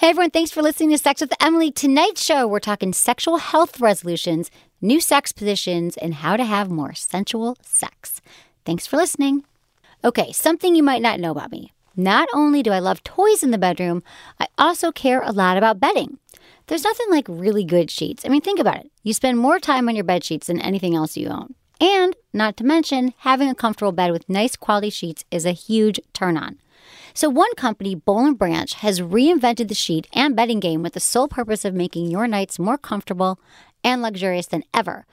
Hey everyone, thanks for listening to Sex with Emily. Tonight's show, we're talking sexual health resolutions, new sex positions, and how to have more sensual sex. Thanks for listening. Okay, something you might not know about me. Not only do I love toys in the bedroom, I also care a lot about bedding. There's nothing like really good sheets. I mean, think about it. You spend more time on your bed sheets than anything else you own. And not to mention, having a comfortable bed with nice quality sheets is a huge turn on. So, one company, Bolin Branch, has reinvented the sheet and bedding game with the sole purpose of making your nights more comfortable and luxurious than ever.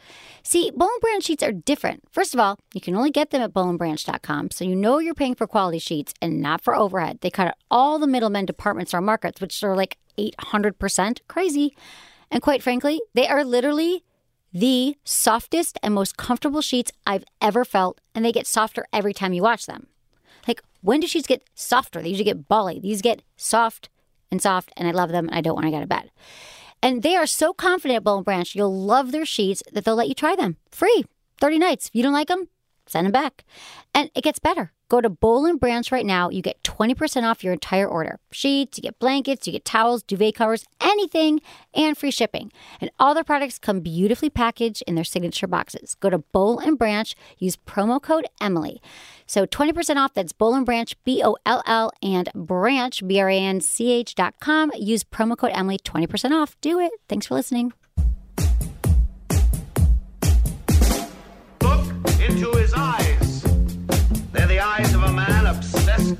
See, Bolin Branch sheets are different. First of all, you can only get them at bolinbranch.com, so you know you're paying for quality sheets and not for overhead. They cut out all the middlemen department store markets, which are like 800% crazy. And quite frankly, they are literally the softest and most comfortable sheets I've ever felt, and they get softer every time you wash them. Like, when do sheets get softer? They usually get bally. These get soft and soft, and I love them, and I don't want to get out of bed. And they are so confident at Bowl and Branch, you'll love their sheets that they'll let you try them free 30 nights. If you don't like them, send them back. And it gets better. Go to Bowl and Branch right now. You get 20% off your entire order sheets, you get blankets, you get towels, duvet covers, anything, and free shipping. And all their products come beautifully packaged in their signature boxes. Go to Bowl and Branch, use promo code Emily. So 20% off, that's Bowl and Branch, B O L L, and Branch, B R A N C H dot com. Use promo code Emily, 20% off. Do it. Thanks for listening. Look into his eyes. They're the eyes of a man obsessed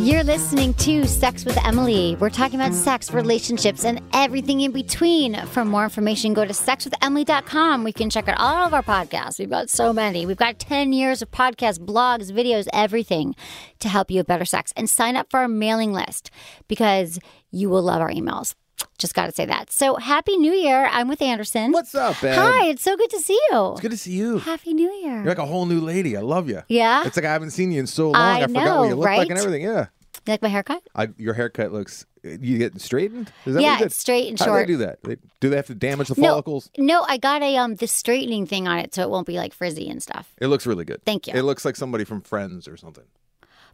You're listening to Sex with Emily. We're talking about sex, relationships, and everything in between. For more information, go to sexwithemily.com. We can check out all of our podcasts. We've got so many. We've got 10 years of podcasts, blogs, videos, everything to help you have better sex. And sign up for our mailing list because you will love our emails. Just got to say that. So, Happy New Year. I'm with Anderson. What's up, Ed? Hi, it's so good to see you. It's good to see you. Happy New Year. You're like a whole new lady. I love you. Yeah? It's like I haven't seen you in so long. I I, forgot know, what you look right? like and everything. Yeah. you like my haircut? I, your haircut looks. You get straightened? Is that Yeah, what you did? it's straight and How short. do they do that? They, do they have to damage the follicles? No, no, I got a um the straightening thing on it so it won't be like frizzy and stuff. It looks really good. Thank you. It looks like somebody from Friends or something.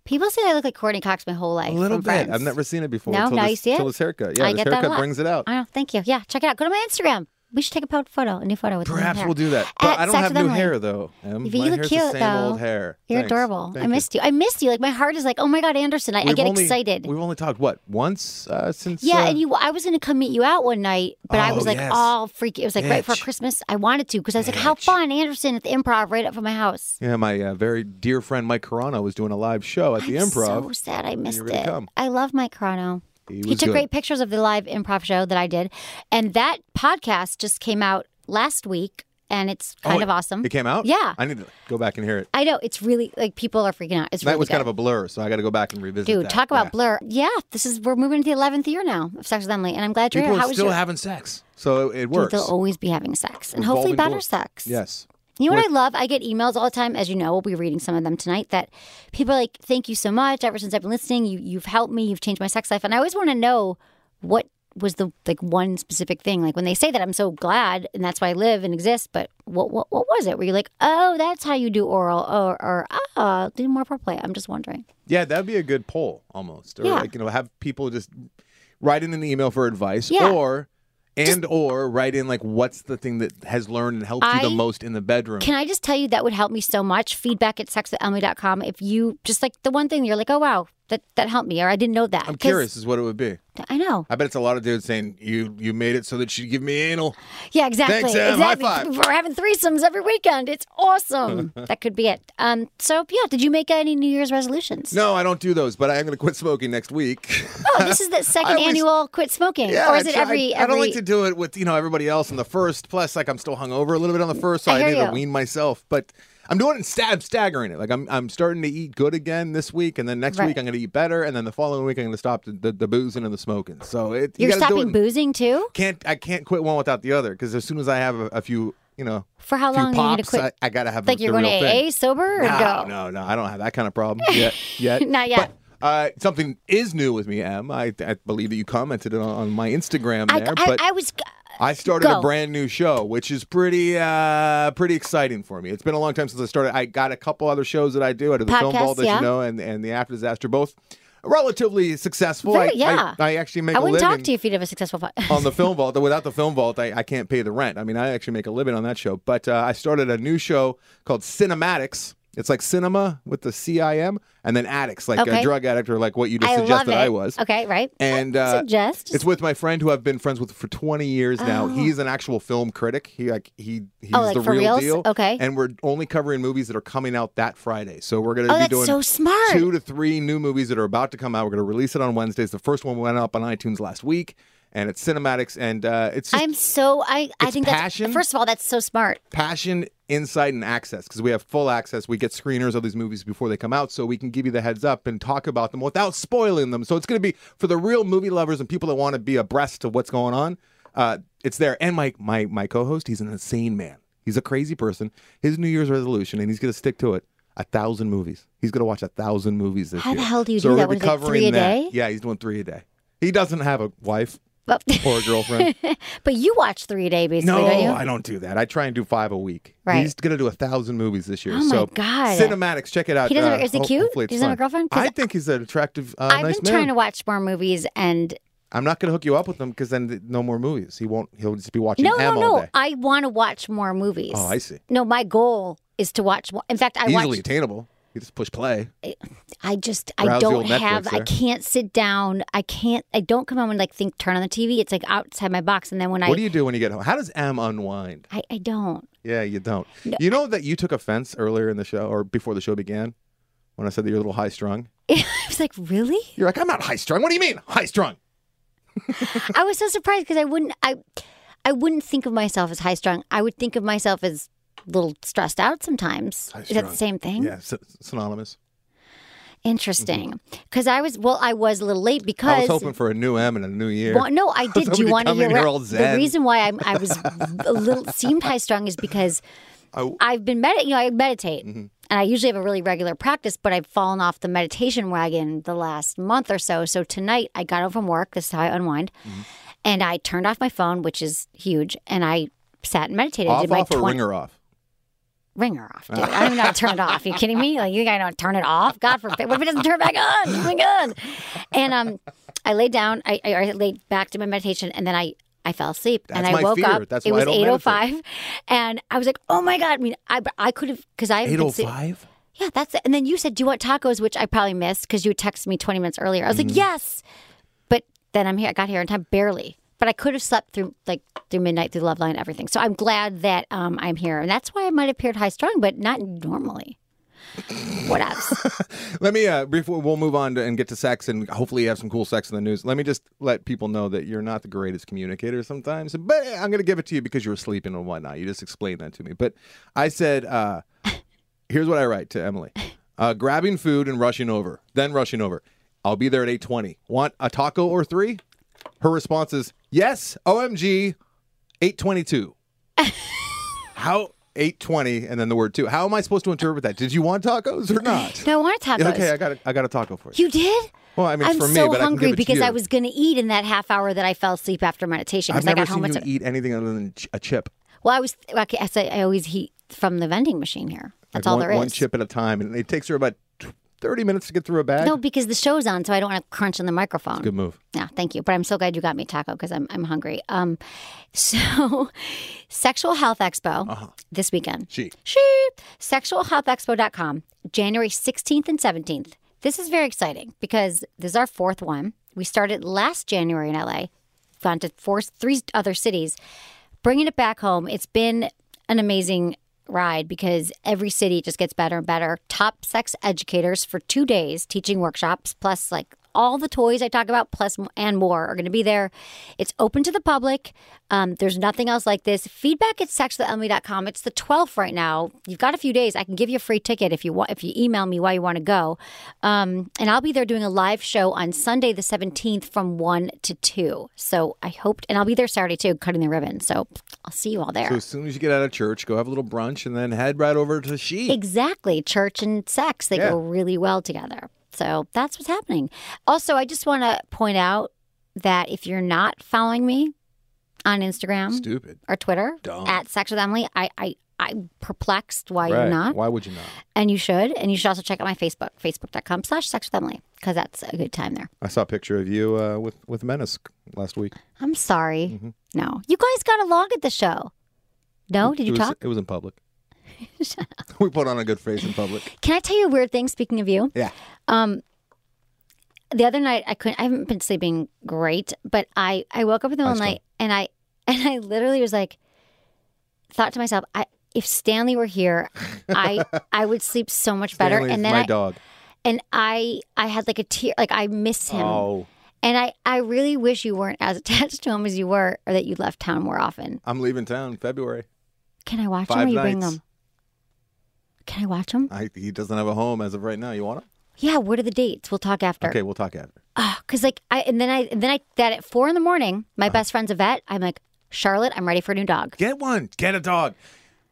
People say I look like Courtney Cox my whole life. A little from bit. Friends. I've never seen it before. No, till now this, you see it. till this haircut. Yeah, I this get that a haircut lot. brings it out. I know. Thank you. Yeah, check it out. Go to my Instagram. We should take a po- photo, a new photo with my new Perhaps hair. we'll do that. At But I don't Sex have with new Emily. hair though. Um, But my you look hair's cute the same though. old hair. You're Thanks. adorable. Thank I you. missed you. I missed you. Like my heart is like, oh my god, Anderson. I, I We've get only- excited. We've only talked what once uh, since. Yeah, uh, and you. I was gonna come meet you out one night, but I Oh, was like yes. all freaky. It was like right before Bitch. Christmas. I wanted to because I was like, how Bitch. fun, Anderson at the Improv right up from my house. Yeah, my uh, very dear friend Mike Carano was doing a live show at the I'm Improv. So sad I missed were to it. come. I love Mike Carano. He He, was took good. great pictures of the live improv show that I did, and that podcast just came out last week, and it's kind Oh, of awesome. It came out. Yeah. I need to go back and hear it. I know it's really like people are freaking out. It's that really was kind of good. a blur, so I got to go back and revisit. dude. that. Talk about Yeah. blur. Yeah, this is we're moving into the eleventh year now of Sex with Emily, and I'm glad you're People here. How are was still your- having sex, so it, it Dude, works. they'll always be having sex, and hopefully Revolving better door. sex. Yes. You know what I love? I get emails all the time, as you know. We'll be reading some of them tonight. That people are like, "Thank you so much. Ever since I've been listening, you you've helped me. You've changed my sex life." And I always want to know what was the like one specific thing. Like when they say that, I'm so glad, and that's why I live and exist. But what what what was it? Were you like, "Oh, that's how you do oral," or or "Ah, do more foreplay"? I'm just wondering. Yeah, that'd be a good poll almost, or Yeah. like you know, have people just write in an email for advice, Yeah. or and or write in like what's the thing that has learned and helped you I- the most in the bedroom. Can I just tell you that would help me so much? Feedback at sexwithemily.com. If you just like the one thing you're like, "Oh wow, that that helped me," or "I didn't know that." I'm 'Cause- curious, is what it would be. I know. I bet it's a lot of dudes saying you you made it so that she'd give me anal. Yeah, exactly. Thanks, Em. High exactly. five. We're having threesomes every weekend. It's awesome. that could be it. Um, so yeah, did you make any New Year's resolutions? No, I don't do those, but I am going to quit smoking next week. Oh, this is the second always- annual quit smoking, Yeah, or is I it try- every? I, don't like to every- do it with you know everybody else on the first. Plus, like I'm still hungover a little bit on the first, so I I, hear need you. to wean myself. But I'm doing it stab staggering it. Like I'm I'm starting to eat good again this week, and then next Right. week I'm going to eat better, and then the following week I'm going to stop the, the, the boozing and the smoking. So it you You're gotta do stopping it. boozing too? Can't I can't quit one without the other because as soon as I have a, a few you know For how few long are you going to pops, quit? I, I gotta have like the, you're the going to real thing. AA sober or No, go? no, no. I don't have that kind of problem yet. yet. Not yet. But, uh, something is new with me, Em. I, I believe that you commented on, on my Instagram I, there, I, but I was. I started Go. a brand new show, which is pretty uh pretty exciting for me. It's been a long time since I started. I got a couple other shows that I do. I do the film Podcasts, ball that yeah. you know and, and the after disaster both relatively successful. Very- I, I- yeah. I, actually make I a wouldn't living Um, talk to you if you'd have a successful podcast. on the film vault. Without the film vault, I, I can't pay the rent. I mean, I actually make a living on that show. But uh, I started a new show called Cinematics. It's like cinema with the C I M, and then addicts, like Okay. a drug addict or like what you just I love suggested it. I was. Okay, right. And uh, Suggest. it's with my friend who I've been friends with for 20 years now. He's an actual film critic. He like he he's Oh, like the for real reals? deal. Okay. And we're only covering movies that are coming out that Friday. So we're gonna Oh, be that's doing so smart. two to three new movies that are about to come out. We're gonna release it on Wednesdays. The first one went up on iTunes last week, and it's cinematics and uh, it's just I'm so I I It's think passion. that's first of all that's so smart. passion, insight, and access because we have full access. We get screeners of these movies before they come out, so we can give you the heads up and talk about them without spoiling them. So it's going to be for the real movie lovers and people that want to be abreast to what's going on. Uh, it's there. And my my my co-host, he's an insane man. He's a crazy person. His New Year's resolution, and he's going to stick to it. A thousand movies. He's going to watch a thousand movies this How the year. hell do you so do we're that? gonna be What is it, three covering a that. day? Yeah, he's doing three a day. He doesn't have a wife But, or a girlfriend. but you watch three a day basically, No, don't you? I don't do that. I try and do five a week. Right. He's gonna do a thousand movies this year. Oh my so God. Cinematics, check it out. Uh, He doesn't- is he ho- cute? hopefully it's He doesn't have a fun. girlfriend? 'Cause I think he's an attractive, uh, I've nice been man. trying to watch more movies and I'm not gonna hook you up with him because then th- no more movies. He won't. He'll just be watching no, M no, all no. day. I want to watch more movies. Oh, I see. No, my goal is to watch more. In fact, I Easily watched attainable. You just push play. I just I Browse the don't old Netflix have I there. can't sit down. I can't I don't come home and like think turn on the TV. It's like outside my box and then when I what do you do when you get home? How does M unwind? I, I don't. Yeah, you don't. You know that you took offense earlier in the show or before the show began when I said that you're a little high strung. I was like, really? You're like, I'm not high strung. What do you mean high strung? I was so surprised because I wouldn't I I wouldn't think of myself as high strung. I would think of myself as a little stressed out sometimes. Is that the High-strung. same thing? Yeah, s- synonymous. Interesting. Because I was well, I was a little late because I was hoping for a new M and a new year. Well, no, I did. Do Somebody you want to come in hear here what- all the zen. reason why I'm, I was a little seemed high strung is because Oh. I've been med- you know I meditate Mm-hmm. and I usually have a really regular practice, but I've fallen off the meditation wagon the last month or so. So tonight I got home from work. This is how I unwind, Mm-hmm. and I turned off my phone, which is huge, and I sat and meditated. off, did my off, or 20 ringer off? ringer off, dude. I don't even know how to turn it off. you kidding me? Like you think I know how to turn it off? God forbid. What if it doesn't turn back on? Oh my god. And um I laid down, I, I I laid back to my meditation and then I I fell asleep and That's I my woke fear. up. That's it why was I don't eight oh five, and I was like, "Oh my god!" I mean, I I could have because I oh haven't been sleep- Yeah, that's. It. And then you said, "Do you want tacos?" Which I probably missed because you texted me twenty minutes earlier. I was Mm-hmm. like, "Yes," but then I'm here. I got here on time barely, but I could have slept through like through midnight, through Love Line, everything. So I'm glad that um, I'm here, and that's why I might have appeared high strung, but not normally. what else? Let me uh, before we'll move on to, and get to sex, and hopefully you have some cool sex in the news. Let me just let people know that you're not the greatest communicator sometimes, but I'm going to give it to you because you were sleeping and whatnot. You just explained that to me. But I said, uh, here's what I write to Emily: uh, grabbing food and rushing over, then rushing over. I'll be there at 8:20. Want a taco or three? Her response is yes. OMG, 8:22. How? 8:20, and then the word two. How am I supposed to interpret that? Did you want tacos or not? No, I wanted tacos. Yeah, Okay, I got a, I got a taco for you. you did. Well, I mean, it's I'm for me, so but I can hungry give it to because you. I was going to eat in that half hour that I fell asleep after meditation. I've because I never got seen home you at eat anything other than ch- a chip. Well, I was. Okay, I say I always eat from the vending machine here. That's like all one, there is. One chip at a time, and it takes her about tw- thirty minutes to get through a bag. No, because the show's on, so I don't want to crunch on the microphone. Good move. Yeah, thank you. But I'm so glad you got me a taco because I'm I'm hungry. Um, so Sexual Health Expo this weekend. Uh-huh. She. She. SexualHealthExpo.com, January 16th and 17th. This is very exciting because this is our fourth one. We started last January in LA, gone to four, three other cities, bringing it back home. It's been an amazing ride because every city just gets better and better. Top sex educators for two days teaching workshops, plus like all the toys I talk about, plus m- and more, are going to be there. It's open to the public. Um, there's nothing else like this. Feedback at sexwithemily.com. It's the 12th right now. You've got a few days. I can give you a free ticket if you want. If you email me why you want to go, um, and I'll be there doing a live show on Sunday the 17th from one to two. So I hoped, and I'll be there Saturday too, cutting the ribbon. So I'll see you all there. So as soon as you get out of church, go have a little brunch and then head right over to she. Exactly. Church and sex, they go Yeah. really well together. So that's what's happening. Also, I just want to point out that if you're not following me on Instagram Stupid. or Twitter Dumb. at Sex with Emily, I, I, I'm perplexed why Right. you're not. Why would you not? And you should. And you should also check out my Facebook, facebook.com slash sex with Emily, because that's a good time there. I saw a picture of you uh, with with Menace last week. I'm sorry. Mm-hmm. No. You guys got along at the show. No? Did it you was, talk? It was in public. we put on a good face in public. Can I tell you a weird thing, speaking of you? Yeah. Um, the other night I couldn't. I haven't been sleeping great, but I I woke up in the middle of the Nice night and I and I literally was like, thought to myself, I if Stanley were here, I I would sleep so much better. Stanley is and then my I dog. and I I had like a tear, like I miss him, Oh, and I I really wish you weren't as attached to him as you were, or that you left town more often. I'm leaving town in February. Can I watch Five him? Or you bring nights. him? Can I watch him? I, he doesn't have a home as of right now. You want him? Yeah. What are the dates? We'll talk after. Okay, we'll talk after. because like I and then I and then I that at four in the morning, my Uh-huh. best friend's a vet. I'm like Charlotte, I'm ready for a new dog. Get one. Get a dog.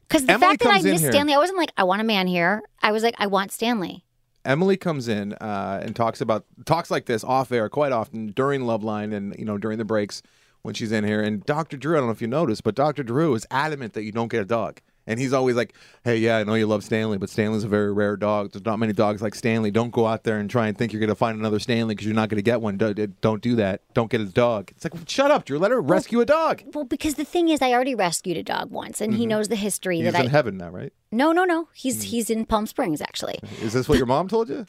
Because the Emily fact that I comes in missed here. Stanley, I wasn't like I want a man here. I was like I want Stanley. Emily comes in uh, and talks about talks like this off air quite often during Loveline and you know during the breaks when she's in here. And Dr. Drew, I don't know if you noticed, but Dr. Drew is adamant that you don't get a dog. And he's always like, "Hey, yeah, I know you love Stanley, but Stanley's a very rare dog. There's not many dogs like Stanley. Don't go out there and try and think you're going to find another Stanley because you're not going to get one. Don't, don't do that. Don't get a dog." It's like, "Shut up, Drew. Let her rescue a dog." Well, because the thing is, I already rescued a dog once, and he knows the history Mm-hmm. He's that I. in Mm-hmm. heaven now, right? no, no, no. He's he's in Palm Springs actually. Is this what your mom told you?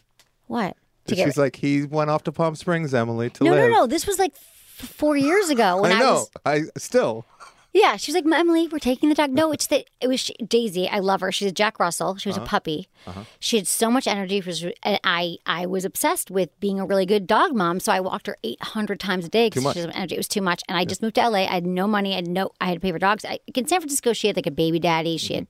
What? To get- She's like, "He went off to Palm Springs, Emily, to no, no, live." no. This was like f- four years ago when I, I know. was. I still. Yeah, she's like Emily. We're taking the dog. No, it's that it was she, Daisy. I love her. She's a Jack Russell. She was Uh-huh. a puppy. She had so much energy. She Was, and I I was obsessed with being a really good dog mom. So I walked her eight hundred times a day because much. she had some energy. It was too much. And I just moved to LA. I had no money. I had no. I had to pay for dogs. I, like, in San Francisco, she had like a baby daddy. Mm-hmm. She had.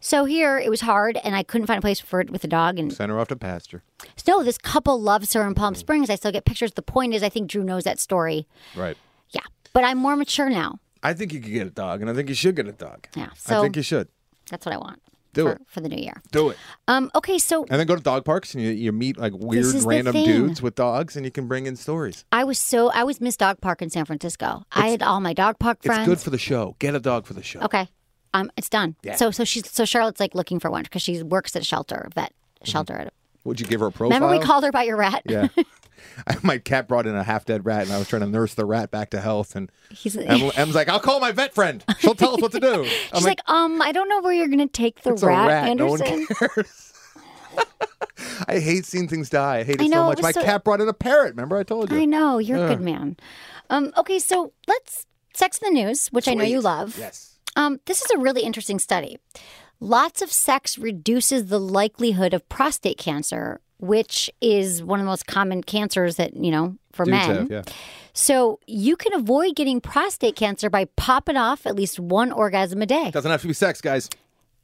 So here it was hard, and I couldn't find a place for it with a dog. And Send her off to pasture. no, this couple loves her in Palm Mm. Springs. I still get pictures. The point is, I think Drew knows that story. Right. Yeah, but I'm more mature now. I think you could get a dog, and I think you should get a dog. Yeah, so- I think you should That's what I want. Do for, it. for the new year. do it, Um, okay, so and then go to dog parks and you, you meet like This is weird the random thing. dudes with dogs, and you can bring in stories. I was so I was Miss Dog Park in San Francisco. I had all my dog park friends. It's good for the show. Get a dog for the show. okay, um, it's done. So so she's so Charlotte's like looking for one because she works at a shelter, a vet shelter. at a- Would you give her a profile? Remember we called her by your rat? Mm-hmm. Oh, Yeah. My cat brought in a half dead rat, and I was trying to nurse the rat back to health. And He's- Em- Em's like, "I'll call my vet friend. She'll tell us what to do." I'm She's like, um, I don't know where you're gonna take the It's a rat. No one Anderson. cares. I hate seeing things die. I hate it I know, so it much. was My so- cat brought in a parrot. Remember, I told you. I know you're a good man. Um, okay, so let's sex in the news, which I know you love. Yes. Um, this is a really interesting study. Lots of sex reduces the likelihood of prostate cancer, which is one of the most common cancers that, you know, for Dudes men. have, yeah. So you can avoid getting prostate cancer by popping off at least one orgasm a day. Doesn't have to be sex, guys.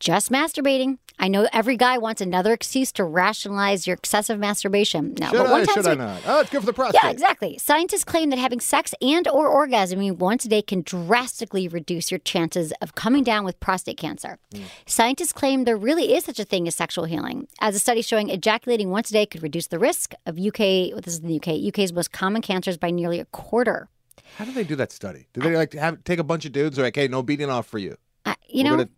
Just masturbating. I know every guy wants another excuse to rationalize your excessive masturbation. No, Should Uh, but one I? time Should I not? Oh, it's good for the prostate. yeah, exactly. Scientists claim that having sex and or orgasming once a day can drastically reduce your chances of coming down with prostate cancer. Mm. Scientists claim there really is such a thing as sexual healing, as a study showing ejaculating once a day could reduce the risk of UK. well, This is in the UK. UK's most common cancers by nearly a quarter. How do they do that study? Do they like have take a bunch of dudes? Or like, hey, no beating off for you. I- Uh, you we're know. gonna,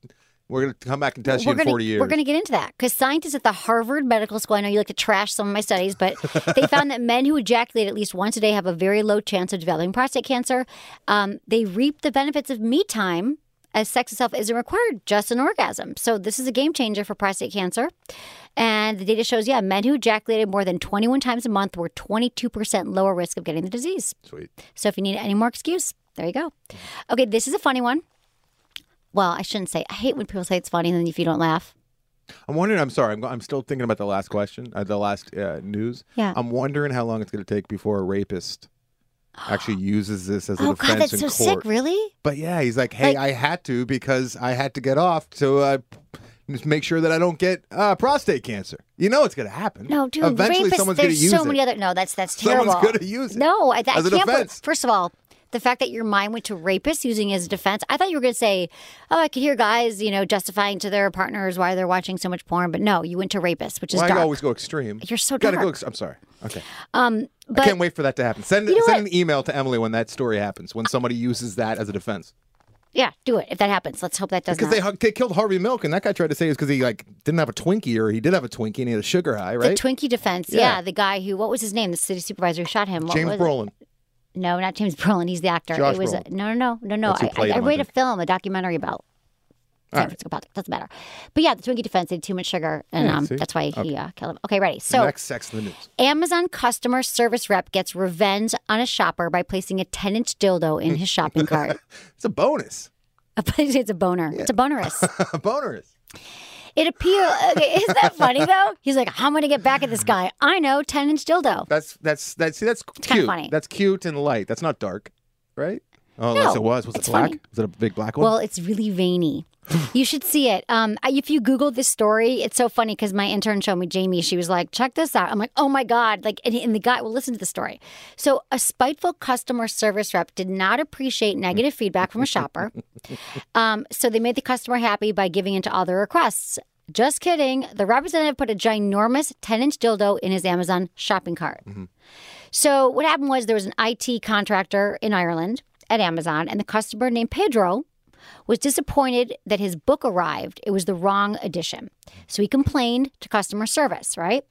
we're gonna come back and test you in gonna, forty years. We're going to get into that because scientists at the Harvard Medical School, I know you like to trash some of my studies, but they found that men who ejaculate at least once a day have a very low chance of developing prostate cancer. Um, they reap the benefits of me time as sex itself isn't required, just an orgasm. So this is a game changer for prostate cancer. And the data shows, yeah, men who ejaculated more than 21 times a month were 22% lower risk of getting the disease. Sweet. So if you need any more excuse, there you go. Okay, this is a funny one. Well, I shouldn't say. I hate when people say it's funny and then if you don't laugh. I'm wondering. I'm sorry. I'm, I'm still thinking about the last question, uh, the last uh, news. Yeah. I'm wondering how long it's going to take before a rapist actually uses this as a Oh defense God, that's so in sick. court. Really? But yeah, he's like, hey, Like- I had to because I had to get off to uh, just make sure that I don't get uh, prostate cancer. You know it's going to happen. No, dude. Eventually, rapists, someone's going to there's use so it. many other. No, that's that's Someone's terrible. gonna use it No, I, I as a can't. believe- defense. first of all, the fact that your mind went to rapists using it as a defense. I thought you were going to say, "Oh, I could hear guys, you know, justifying to their partners why they're watching so much porn," but no, you went to rapists, which is Why I dark. always go extreme. You're so Gotta go. dark. Ex- I'm sorry. Okay. I but can't wait for that to happen. Send You know send what? an email to Emily when that story happens. When somebody uses that as a defense, yeah, do it if that happens. Let's hope that does because not. they, hu- they killed Harvey Milk, and that guy tried to say it was because he like didn't have a Twinkie, or he did have a Twinkie and he had a sugar high, the right? Twinkie defense, Yeah. yeah. the guy who, what was his name? The city supervisor who shot him. What James was it? Brolin. No, not James Brolin. He's the actor. Josh it was Brolin. no, no, no, no, no. That's who I, played I, I him, I read a think. film, a documentary about San Francisco politics. Doesn't matter. But yeah, the Twinkie defense they had too much sugar, and um, see? that's why he uh, killed him. Okay, ready. So Next, Sex in the News. Amazon customer service rep gets revenge on a shopper by placing a 10 inch dildo in his shopping cart. It's a bonus. it's a boner. It's a bonerous. a bonus. It appeal. Okay, isn't that funny though? He's like, I'm gonna get back at this guy. I know 10 inch dildo. That's that's that's see that's kinda cute. funny. That's cute and light. That's not dark, right? Oh, unless No, it was. Was it's it black? funny. Was it a big black one? Well, it's really veiny. You should see it. Um, if you Google this story, it's so funny because my intern showed me Jamie. She was like, "Check this out." I'm like, "Oh my god!" Like, and, and the guy. Well, listen to the story. So, a spiteful customer service rep did not appreciate negative feedback from a shopper. Um, so they made the customer happy by giving in to all their requests. Just kidding. The representative put a ginormous 10 inch dildo in his Amazon shopping cart. So what happened was there was an IT contractor in Ireland at Amazon, and the customer named Pedro was disappointed that his book arrived. It was the wrong edition. So he complained to customer service, right?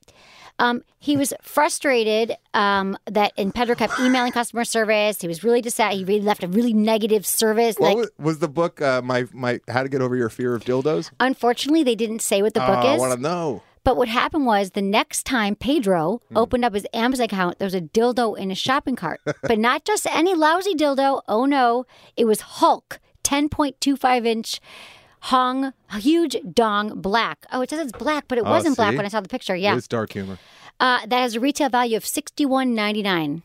Um, he was frustrated um, that, and Pedro kept emailing customer service. He was really dissatisfied. He really left a really negative service. What like, was, was the book? Uh, my my How to Get Over Your Fear of Dildos. Unfortunately, they didn't say what the Oh, book I is. want to know. But what happened was the next time Pedro Hmm. opened up his Amazon account, there was a dildo in his shopping cart. but not just any lousy dildo. Oh no, it was Hulk, 10.25 inch Hong, huge dong black. Oh, it says it's black, but it Oh, wasn't black see? when I saw the picture. Yeah. It is dark humor. Uh, that has a retail value of $61.99.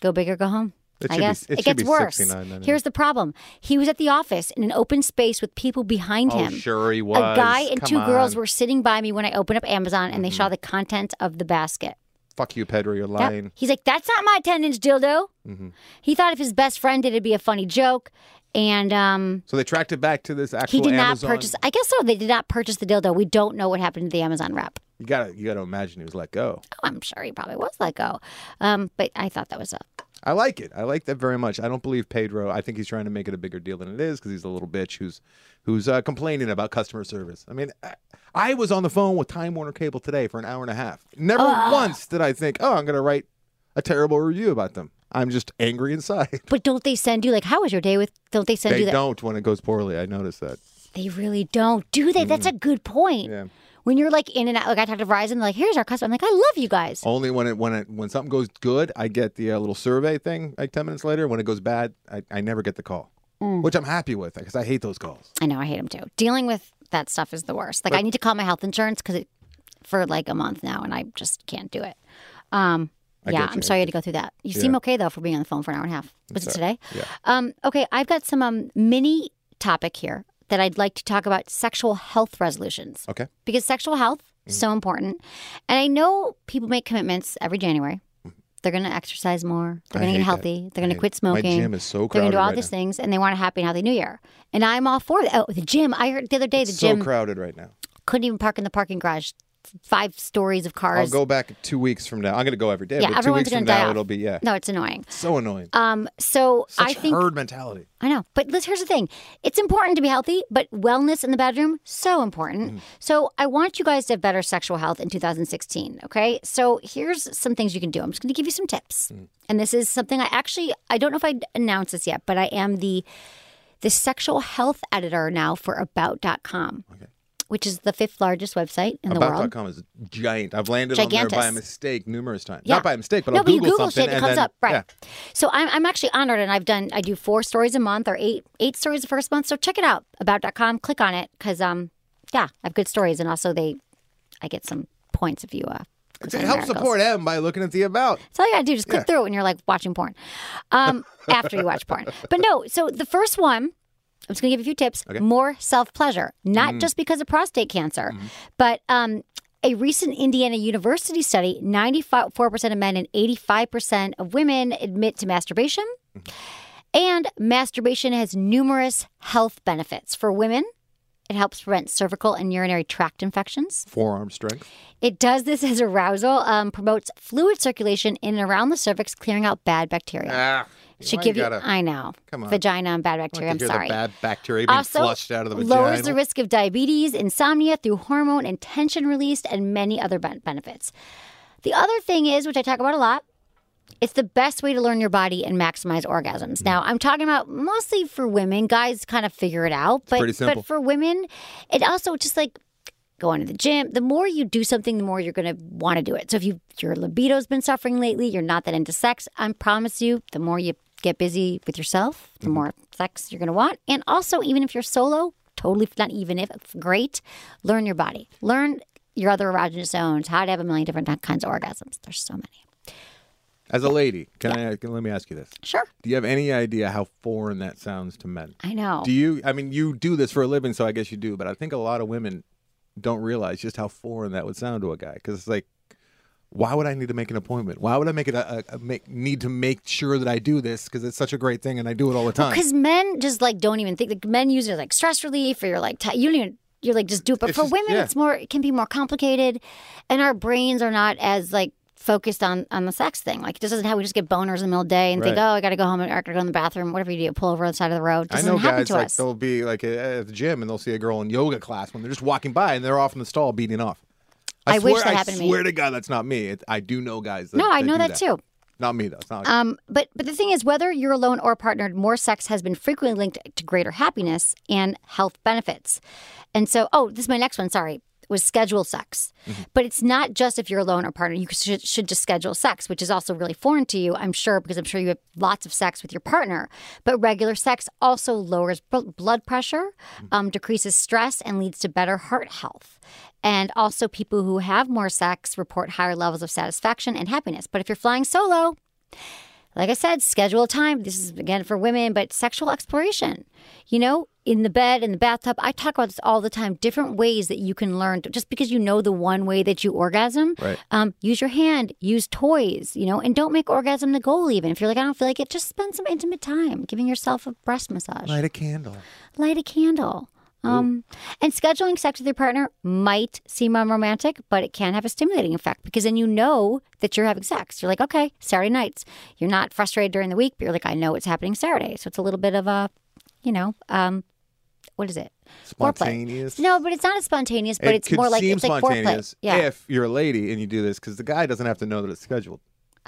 Go big or go home. It I should be- guess it it, should gets be worse. $69.99. Here's the problem. He was at the office in an open space with people behind Oh, him. sure he A guy was. and Come two girls on. Mm-hmm. were sitting by me when I opened up Amazon and they saw the contents of the basket. Fuck you, Pedro. You're Yep. lying. He's like, that's not my 10 inch dildo. Mm-hmm. He thought if his best friend did, it'd be a funny joke. And um, So they tracked it back to this actual. he did not Amazon. purchase, I guess so. They did not purchase the dildo. We don't know what happened to the Amazon rep. You gotta you gotta imagine he was let go. Oh, I'm sure he probably was let go. Um, but I thought that was a I like it. I like that very much. I don't believe Pedro. I think he's trying to make it a bigger deal than it is because he's a little bitch who's who's uh, complaining about customer service. I mean, I, I was on the phone with Time Warner Cable today for an hour and a half. Never once did I think, oh, I'm going to write a terrible review about them. I'm just angry inside. But don't they send you like how was your day with don't they send they you that don't when it goes poorly. I noticed that. they really don't, do they? That's a good point. Yeah. When you're like in and out like I talked to Verizon, they're like, here's our customer. I'm like, I love you guys. Only when it when it when something goes good, I get the uh, little survey thing like ten minutes later. When it goes bad, I, I never get the call, Mm. which I'm happy with because I hate those calls. I know I hate them too. Dealing with that stuff is the worst. Like I need to call my health insurance because it for like a month now, and I just can't do it. Um, I yeah, get I'm you. sorry you had to go through that. You seem okay though for being on the phone for an hour and a half. Was it today? Yeah. Um, okay, I've got some um, mini topic here that I'd like to talk about sexual health resolutions Okay, Mm-hmm. because sexual health is so important. And I know people make commitments every January. They're going to exercise more. They're Mm-hmm. I going to hate get that. healthy. They're I going hate to quit it. My smoking. gym is so They're going to do crowded all right these now. things, and they want a happy and healthy New Year. And I'm all for that. Oh, the gym! I heard the other day the gym so crowded right now. couldn't even park in the parking garage. Five stories of I'll cars. go back two weeks from now. I'm going to go every day. yeah, but two everyone's weeks gonna from die now, off. it'll be yeah. No, it's annoying. So annoying. Um, so Such I think herd mentality. I know, but let's, here's the thing: it's important to be healthy, but wellness in the bedroom so important. So I want you guys to have better sexual health in 2016. Okay, so here's some things you can do. I'm just going to give you some tips, and this is something I actually I don't know if I announced this yet, but I am the the sexual health editor now for About.com, which is the fifth largest website in the world. About.com is giant. I've landed on Gigantus. there by mistake numerous times. Yeah. Not by mistake, but no, I'll but you Google, Google something shit, it and comes then- up, right? yeah. So I'm, I'm actually honored, and I've done I do four stories a month or eight eight stories the first month. So check it out about.com. Click on it because um yeah, I have good stories, and also they, I get some points if you. Uh, click It on helps miracles. support M by looking at the about. That's all you gotta do. Just click through it when you're like watching porn, um, after you watch porn. But no, so the first one, I'm just gonna give you a few tips. More self pleasure, not just because of prostate cancer, but um, a recent Indiana University study: 94% of men and 85% of women admit to masturbation. And masturbation has numerous health benefits for women. It helps prevent cervical and urinary tract infections. Forearm strength. It does this as arousal, um, promotes fluid circulation in and around the cervix, clearing out bad bacteria. Ah, Should why give you, gotta- I know, Come on. vagina and bad bacteria. I I'm like to hear sorry. The bad bacteria being also, flushed out of the vagina. lowers the risk of diabetes, insomnia through hormone and tension release, and many other ben- benefits. The other thing is, which I talk about a lot, it's the best way to learn your body and maximize Hmm. orgasms. Now, I'm talking about mostly for women. Guys kind of figure it out, but pretty simple. but for women, it also just like going to the gym. The more you do something, the more you're going to want to do it. So if you your libido's been suffering lately, you're not that into sex. I promise you, the more you get busy with yourself, Mm-hmm. the more sex you're going to want. And also, even if you're solo, totally not even if great, learn your body, learn your other erogenous zones, how to have a million different kinds of orgasms. There's so many. As a lady, can I can, let me ask you this? Sure. Do you have any idea how foreign that sounds to men? I know. Do you? I mean, you do this for a living, so I guess you do. But I think a lot of women don't realize just how foreign that would sound to a guy, because it's like, why would I need to make an appointment? Why would I make it a, a, a make, need to make sure that I do this because it's such a great thing and I do it all the time? Because men just like don't even think. Like men use it as like stress relief, or you're like ti you don't even you're like just do it. But It's for just- women, yeah. it's more it can be more complicated, and our brains are not as like focused on on the sex thing. Like it just doesn't how we just get boners in the middle of the day and think, oh, Right. I got to go home and I got to go in the bathroom. Whatever you do, pull over on the side of the road. It I doesn't know happen guys to like us. they'll be like at- at the gym and they'll see a girl in yoga class when they're just walking by and they're off in the stall beating off. I wish swear- that happened to I me. swear to God, that's not me. It, I do know guys. That, No, I that know do that too. Not me though. It's not like, Um, but but the thing is, whether you're alone or partnered, more sex has been frequently linked to greater happiness and health benefits. And so, oh, this is my next one. Sorry, was scheduled sex, but it's not just if you're alone or partnered. You should, should just schedule sex, which is also really foreign to you, I'm sure, because I'm sure you have lots of sex with your partner. But regular sex also lowers bl- blood pressure, um, decreases stress, and leads to better heart health. And also, people who have more sex report higher levels of satisfaction and happiness. But if you're flying solo, like I said, schedule time. This is again for women, but sexual exploration. You know, in the bed, in the bathtub. I talk about this all the time. Different ways that you can learn. To, just because you know the one way that you orgasm, Right. um, use your hand, use toys. You know, and don't make orgasm the goal. Even if you're like, I don't feel like it, just spend some intimate time giving yourself a breast massage light a candle. light a candle. Um, and scheduling sex with your partner might seem unromantic, but it can have a stimulating effect because then you know that you're having sex. You're like, okay, Saturday nights. You're not frustrated during the week, but you're like, I know it's happening Saturday. So it's a little bit of a, you know, um, what is it? Foreplay. Spontaneous. No, but it's not as spontaneous, but it it's could more like seem it's like spontaneous foreplay. Yeah. if you're a lady and you do this because the guy doesn't have to know that it's scheduled.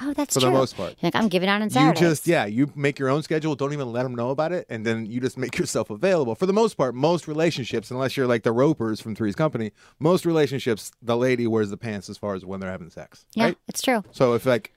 oh, that's for the true. most part. You're like I'm giving out on Saturday. You just yeah, you make your own schedule. Don't even let them know about it, and then you just make yourself available. For the most part, most relationships, unless you're like the Ropers from Three's Company, most relationships, the lady wears the pants as far as when they're having sex. yeah, Right? it's true. So if like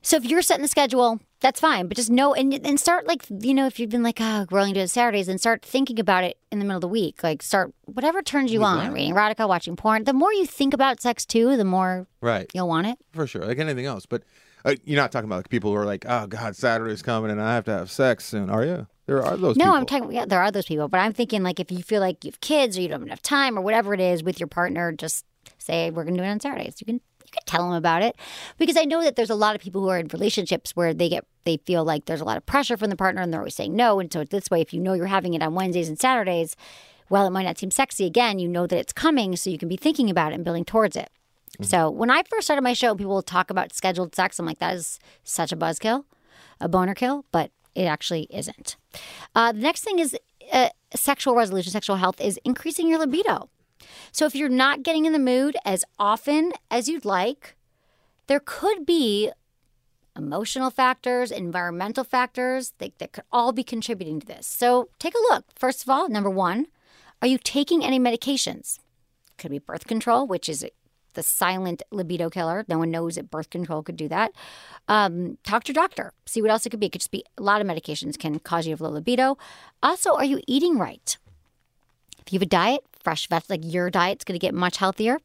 So if you're setting the schedule, that's fine. But just know and and start like you know if you've been like oh we're only doing Saturdays, then start thinking about it in the middle of the week. Like start whatever turns you on, reading erotica, watching porn. The more you think about sex too, the more right, you'll want it. for sure, like anything else, but. Uh, you're not talking about like people who are like, oh God, Saturday's coming and I have to have sex soon, are you? There are those. No, people. I'm talking. Yeah, there are those people, but I'm thinking like if you feel like you have kids or you don't have enough time or whatever it is with your partner, just say we're going to do it on Saturdays. You can you can tell them about it because I know that there's a lot of people who are in relationships where they get they feel like there's a lot of pressure from the partner and they're always saying no, and so it's this way. If you know you're having it on Wednesdays and Saturdays, while it might not seem sexy again, you know that it's coming, so you can be thinking about it and building towards it. Mm-hmm. So when I first started my show, people will talk about scheduled sex. I'm like, that is such a buzzkill, a boner kill, but it actually isn't. Uh, the next thing is uh, sexual resolution, sexual health is increasing your libido. So if you're not getting in the mood as often as you'd like, there could be emotional factors, environmental factors that, that could all be contributing to this. So take a look. First of all, number one, are you taking any medications? Could be birth control, which is the silent libido killer. No one knows that birth control could do that. Um, talk to your doctor. See what else it could be. It could just be a lot of medications can cause you to have low libido. Also, are you eating right? If you have a diet, fresh veg. Like your diet's going to get much healthier.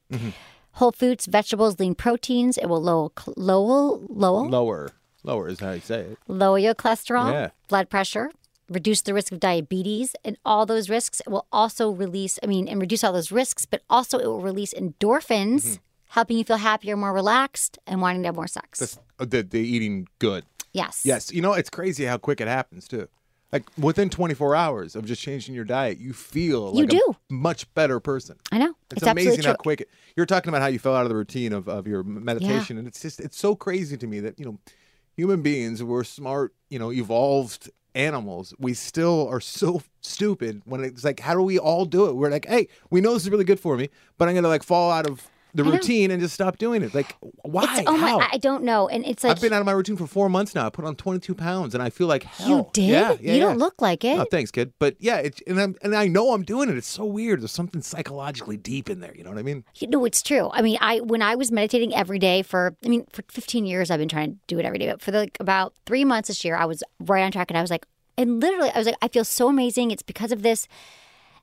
Whole foods, vegetables, lean proteins. It will lower lower lower Lower. Lower is how you say it. lower your cholesterol, Yeah. blood pressure, reduce the risk of diabetes, and all those risks. It will also release. I mean, and reduce all those risks, but also it will release endorphins. Mm-hmm. Helping you feel happier, more relaxed, and wanting to have more sex. Uh, The, the eating good. yes. Yes. You know, it's crazy how quick it happens, too. Like within 24 hours of just changing your diet, you feel You like a do. much better person. I know. It's, absolutely amazing true. how quick it, you're talking about how you fell out of the routine of, of your meditation, and it's just it's so crazy to me that you know human beings were smart, you know, evolved animals. We still are so stupid when it's like, how do we all do it? We're like, hey, we know this is really good for me, but I'm gonna like fall out of the routine and just stop doing it. Like, why? It's, oh how? my! I don't know, and it's like I've been out of my routine for four months now. I put on 22 pounds, and I feel like hell. you did. Yeah, yeah, you yeah. don't look like it. Oh, thanks, kid. But yeah, it, and I'm and I know I'm doing it. It's so weird. There's something psychologically deep in there. You know what I mean? You know, it's true. I mean, I when I was meditating every day for, I mean, for 15 years, I've been trying to do it every day. But for like about three months this year, I was right on track, and I was like, and literally, I was like, I feel so amazing. It's because of this,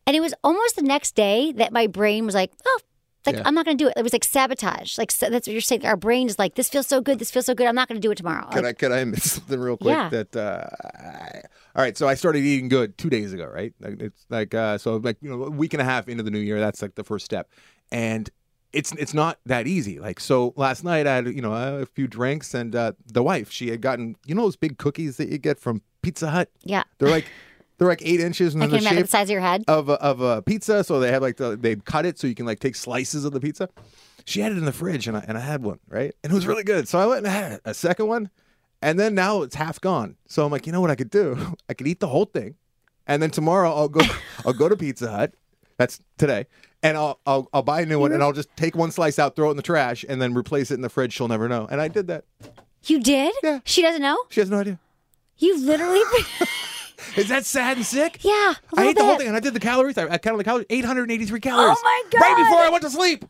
and it was almost the next day that my brain was like, oh. Like Yeah. I'm not going to do it. It was like sabotage. Like so that's what you're saying. Our brain is like, this feels so good. This feels so good. I'm not going to do it tomorrow. Could I could I admit something real quick? Yeah. That uh, I- all right. So I started eating good two days ago, right? Like, It's like uh, so like you know a week and a half into the new year. That's like the first step, and it's it's not that easy. Like so last night I had you know a few drinks and uh, the wife she had gotten you know those big cookies that you get from Pizza Hut. yeah, They're like they're like eight inches and I they're can the imagine shape Uh, the size of your head. of a, of a pizza. So they have like the, they cut it so you can like take slices of the pizza. She had it in the fridge and I, and I had one, right? And it was really good. So I went and had a second one. And then now it's half gone. So I'm like, you know what I could do? I could eat the whole thing. And then tomorrow I'll go I'll go to Pizza Hut. That's today. And I'll, I'll I'll buy a new one and I'll just take one slice out, throw it in the trash, and then replace it in the fridge. She'll never know. And I did that. You did? Yeah. She doesn't know. She has no idea. You literally. Is that sad and sick? yeah. a I little ate the whole bit. Oh thing and I did the calories. I, I counted the calories. 883 calories. my Right God. before I went to sleep.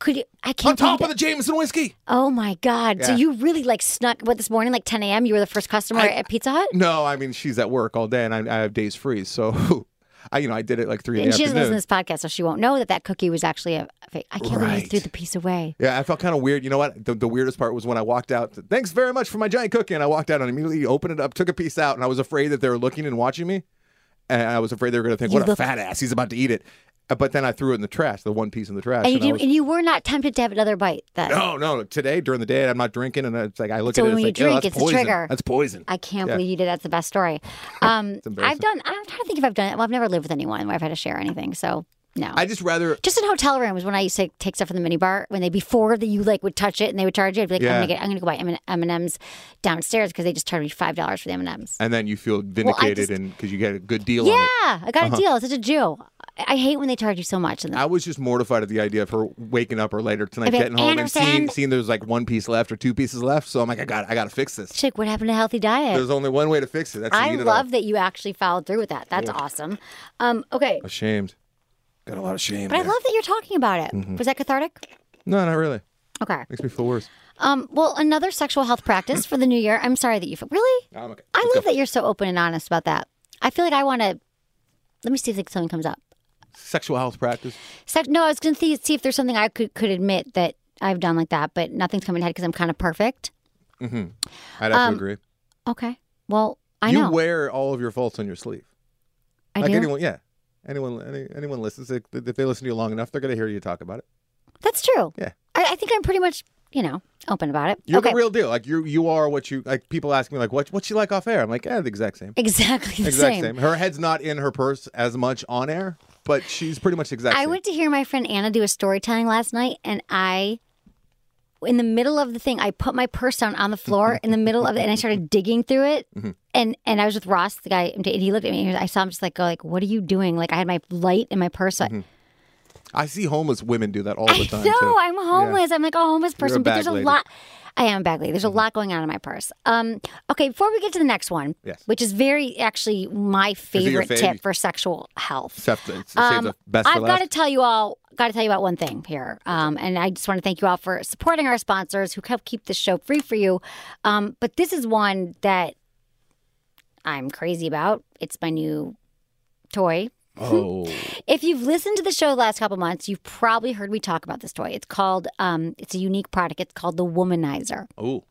Could you? I can't. on top believe of the Jameson whiskey. Oh my God! So Yeah. you really like snuck what this morning, like 10 a.m. You were the first customer I- at Pizza Hut, No, I mean she's at work all day, and I, I have days free. So, I you know I did it like three in and the she doesn't listen to afternoon. this podcast, so she won't know that that cookie was actually a fake. I can't believe you Right. threw the piece away. Yeah, I felt kind of weird. You know what? The, the weirdest part was when I walked out. Thanks very much for my giant cookie, and I walked out and immediately opened it up, took a piece out, and I was afraid that they were looking and watching me, and I was afraid they were going to think, You "What look- a fat ass! He's about to eat it." Uh, But then I threw it in the trash, the one piece in the trash. And you and I didn't, was- and you were not tempted to have another bite. That no, no. Today during the day, I'm not drinking, and it's like I look So at it. when it's you like, drink, "Ew, that's it's a poison. trigger." That's poison. I can't Yeah. believe you did. That's the best story. Um, I've embarrassing. done. I'm trying to think if I've done. Well, I've never lived with anyone where I've had to share anything. So no. I just rather just in hotel rooms when I used to take stuff from the minibar when they before that you like would touch it and they would charge you. I'd be like, I'm Yeah. gonna get. I'm gonna go buy M and M's downstairs because they just charged me five dollars for the M and M's. and then you feel vindicated, just- and because you get a good deal on it. Uh-huh. Yeah, I got a deal. Such a Jew. I, I hate when they charge you so much. And I was just mortified at the idea of her waking up or later tonight, I'd be like, getting home and seeing, "Anderson." seeing there's like one piece left or two pieces left. So I'm like, I got, I got to fix this. she's like, what happened to healthy diet? There's only one way to fix it. That's to I eat it love all. that you actually followed through with that. That's awesome. Um, okay, Ashamed. Got a lot of shame. but I there. love that you're talking about it. Mm-hmm. Was that cathartic? No, not really. Okay. Makes me feel worse. Um, well, another sexual health practice for the new year. I'm sorry that you really. I'm okay. I Let's love go. that you're so open and honest about that. I feel like I want to. Let me see if something comes up. Sexual health practice. Sex, no, I was going to see, see if there's something I could could admit that I've done like that, but nothing's coming ahead because I'm kind of perfect. I'd have to agree. Okay. Well, Um, I you know. wear all of your faults on your sleeve. I like do. anyone, yeah. Anyone, any, anyone listens. If if they listen to you long enough, they're gonna hear you talk about it. That's true. Yeah. I, I think I'm pretty much, you know, open about it. You're okay. the real deal. Like you, you are what you like. People ask me like, what, what you like off air? I'm like, yeah, the exact same. exactly the exact same. same. Her head's not in her purse as much on air, but she's pretty much the exact I same. went to hear my friend Anna do a storytelling last night, and I, in the middle of the thing, I put my purse down on the floor in the middle of it, and I started digging through it. Mm-hmm. And and I was with Ross, the guy, and he looked at me. and I saw him just like go like, "What are you doing?" Like I had my light in my purse. Mm-hmm. so I- I see homeless women do that all the time. I know too. I'm homeless. I'm like a homeless You're a person, but bag there's a lady. Mm-hmm. lot. I am a bag lady. There's a lot going on in my purse. Um, okay, before we get to the next one, Yes. which is very actually my it your favorite fave? tip for sexual health. Except that it's- it saves Um, the best for I've got last. to tell you all, got to tell you about one thing here, um, and I just want to thank you all for supporting our sponsors who help keep this show free for you. Um, but this is one that I'm crazy about. It's my new toy Oh, If you've listened to the show the last couple months, you've probably heard me talk about this toy. It's called, um, it's a unique product. It's called the Womanizer. oh,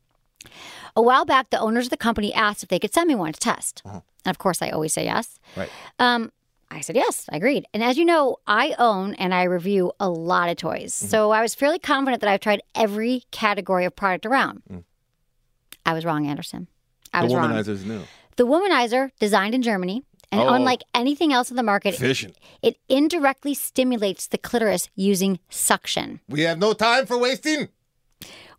A while back, the owners of the company asked if they could send me one to test. Uh-huh. And of course, I always say yes. right. Um, I said yes, I agreed. And as you know, I own and I review a lot of toys. Mm-hmm. So I was fairly confident that I've tried every category of product around. I was wrong, Anderson. I Mm. The was wrong. womanizer's new. The Womanizer, designed in Germany, and Oh. unlike anything else in the market, Efficient. it indirectly stimulates the clitoris using suction. We have no time for wasting.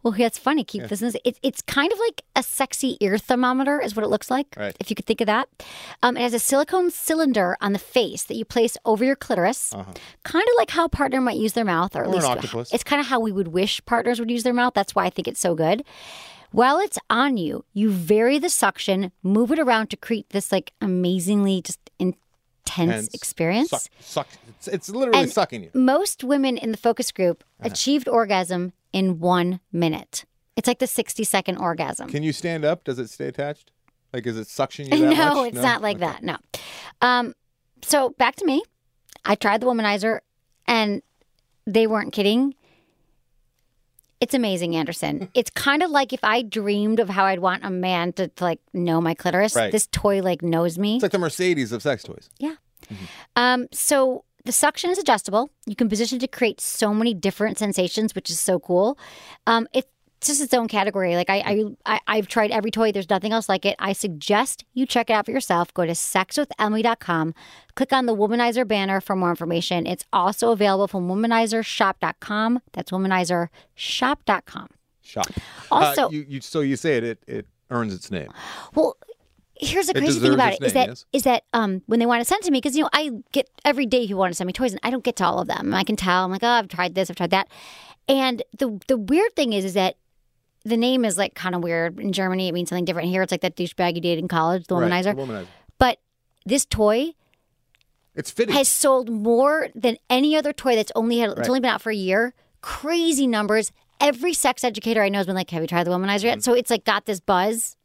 Well, that's funny. Keep this. in- It, it's kind of like a sexy ear thermometer, is what it looks like. Right. If you could think of that, um, it has a silicone cylinder on the face that you place over your clitoris, kind of like how a partner might use their mouth, or at Uh-huh. Or an least octopus. it's kind of how we would wish partners would use their mouth. That's why I think it's so good. While it's on you, you vary the suction, move it around to create this like amazingly just intense Hence, experience. Suck, suck. It's, it's literally And- sucking you. Most women in the focus group Uh-huh. achieved orgasm in one minute. It's like the 60 second orgasm. Can you stand up? Does it stay attached? Like, is it suction you that no, much? it's not like Okay. that. No. Um, so back to me. I tried the womanizer and they weren't kidding. It's amazing, Anderson. it's kind of like if I dreamed of how I'd want a man to, to like know my clitoris. Right. This toy like knows me. It's like the Mercedes of sex toys. Um, so the suction is adjustable. You can position it to create so many different sensations, which is so cool. Um, it's just its own category. Like I, I, I, I've tried every toy. There's nothing else like it. I suggest you check it out for yourself. Go to sexwithemily.com. Click on the Womanizer banner for more information. It's also available from womanizershop.com. That's womanizershop.com. Shop. Also- uh, you, you, so you say it, it, it earns its name. Well, here's the It crazy thing deserves about it its is name, that is yes. that um, when they want to send to me because you know I get every day people want to send me toys and I don't get to all of them. And I can tell I'm like oh I've tried this I've tried that, and the the weird thing is is that the name is like kind of weird in Germany it means something different here it's like that douchebag you did in college the Right, womanizer, the womanizer. but this toy It's fitting. has sold more than any other toy that's only had it's only been out for a year. Crazy numbers. Every sex educator I know has been like, "Have you tried the womanizer Mm-hmm. yet?" So it's like got this buzz,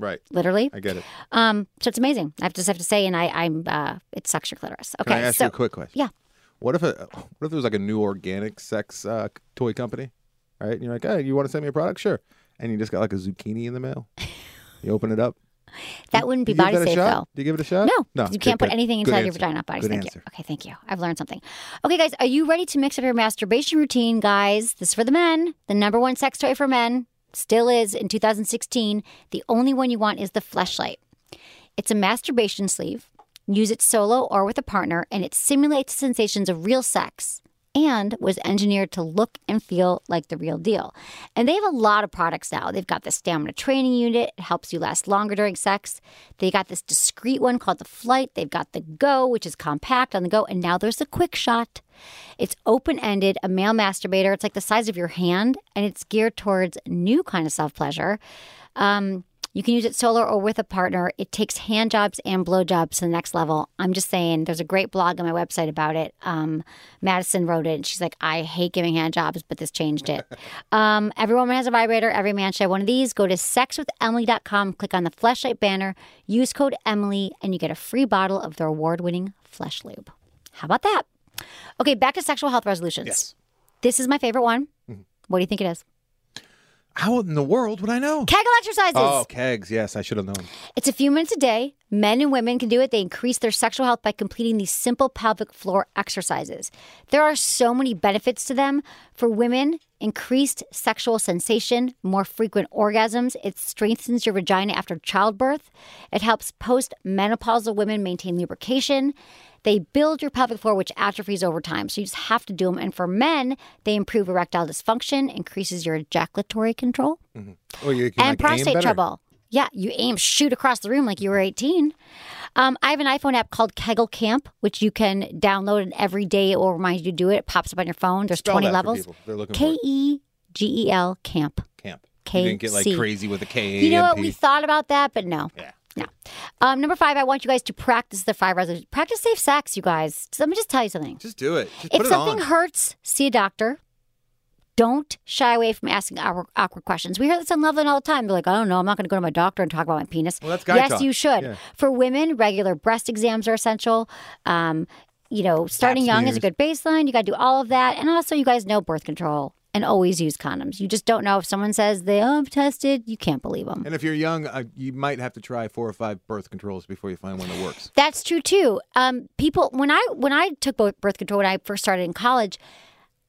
right. literally. I get it. Um, so it's amazing. I have just have to say, and I, I'm uh, it sucks your clitoris. Okay, Can I ask so you a quick question? yeah. What if a what if it was like a new organic sex uh, c- toy company, right? And you're like, hey, you want to send me a product? Sure. And you just got like a zucchini in the mail. You open it up. that wouldn't be Do you give body that a safe shot? though. Do you give it a shot? No, no. you good, can't put good. anything Good inside your answer. vagina. Body. Good Thank answer. you. Okay, thank you. I've learned something. Okay, guys, are you ready to mix up your masturbation routine, guys? This is for the men. The number one sex toy for men still is in 2016. The only one you want is the fleshlight. It's a masturbation sleeve. Use it solo or with a partner, and it simulates the sensations of real sex and was engineered to look and feel like the real deal. And they have a lot of products now. They've got the stamina training unit, it helps you last longer during sex. They got this discreet one called the flight. They've got the go, which is compact on the go, and now there's the quick shot. It's open-ended, a male masturbator. It's like the size of your hand, and it's geared towards new kind of self-pleasure. Um, you can use it solo or with a partner. It takes hand jobs and blowjobs to the next level. I'm just saying, there's a great blog on my website about it. Um, Madison wrote it, and she's like, I hate giving hand jobs, but this changed it. um, every woman has a vibrator. Every man should have one of these. Go to sexwithemily.com, click on the fleshlight banner, use code Emily, and you get a free bottle of their award-winning flesh lube. How about that? Okay, back to sexual health resolutions. Yes. Mm-hmm. This is my favorite one. What do you think it is? How in the world would I know? Kegel exercises. Oh, kegs. Yes, I should have known. It's a few minutes a day. Men and women can do it. They increase their sexual health by completing these simple pelvic floor exercises. There are so many benefits to them. For women, increased sexual sensation, more frequent orgasms. It strengthens your vagina after childbirth. It helps postmenopausal women maintain lubrication. They build your pelvic floor, which atrophies over time. So you just have to do them. And for men, they improve erectile dysfunction, increases your ejaculatory control Oh, you and can like, aim prostate better? trouble. Yeah, you aim, shoot across the room like you were 18. Um, I have an iPhone app called Kegel Camp, which you can download, and every day it will remind you to do it. It pops up on your phone. There's Spell 20 that for levels. people. They're looking for K it. E G E L Camp. Camp. K- you didn't get like C. crazy with a K. You know what? and We P. thought about that, but no. Yeah. No. Um, number five, I want you guys to practice the five resolutions. Practice safe sex, you guys. So let me just tell you something. Just do it. Just if put it something on. hurts, see a doctor. Don't shy away from asking awkward, awkward questions. We hear this on Loveland all the time. They're like, I don't know, I'm not going to go to my doctor and talk about my penis. Well, that's guy yes, talk. you should. Yeah. For women, regular breast exams are essential. Um, you know, starting young is a smears. good baseline. You got to do all of that, and also you guys know birth control and always use condoms. You just don't know if someone says they oh, I'm tested, you can't believe them. And if you're young, uh, you might have to try four or five birth controls before you find one that works. That's true too. Um, people, when I when I took bo- birth control when I first started in college,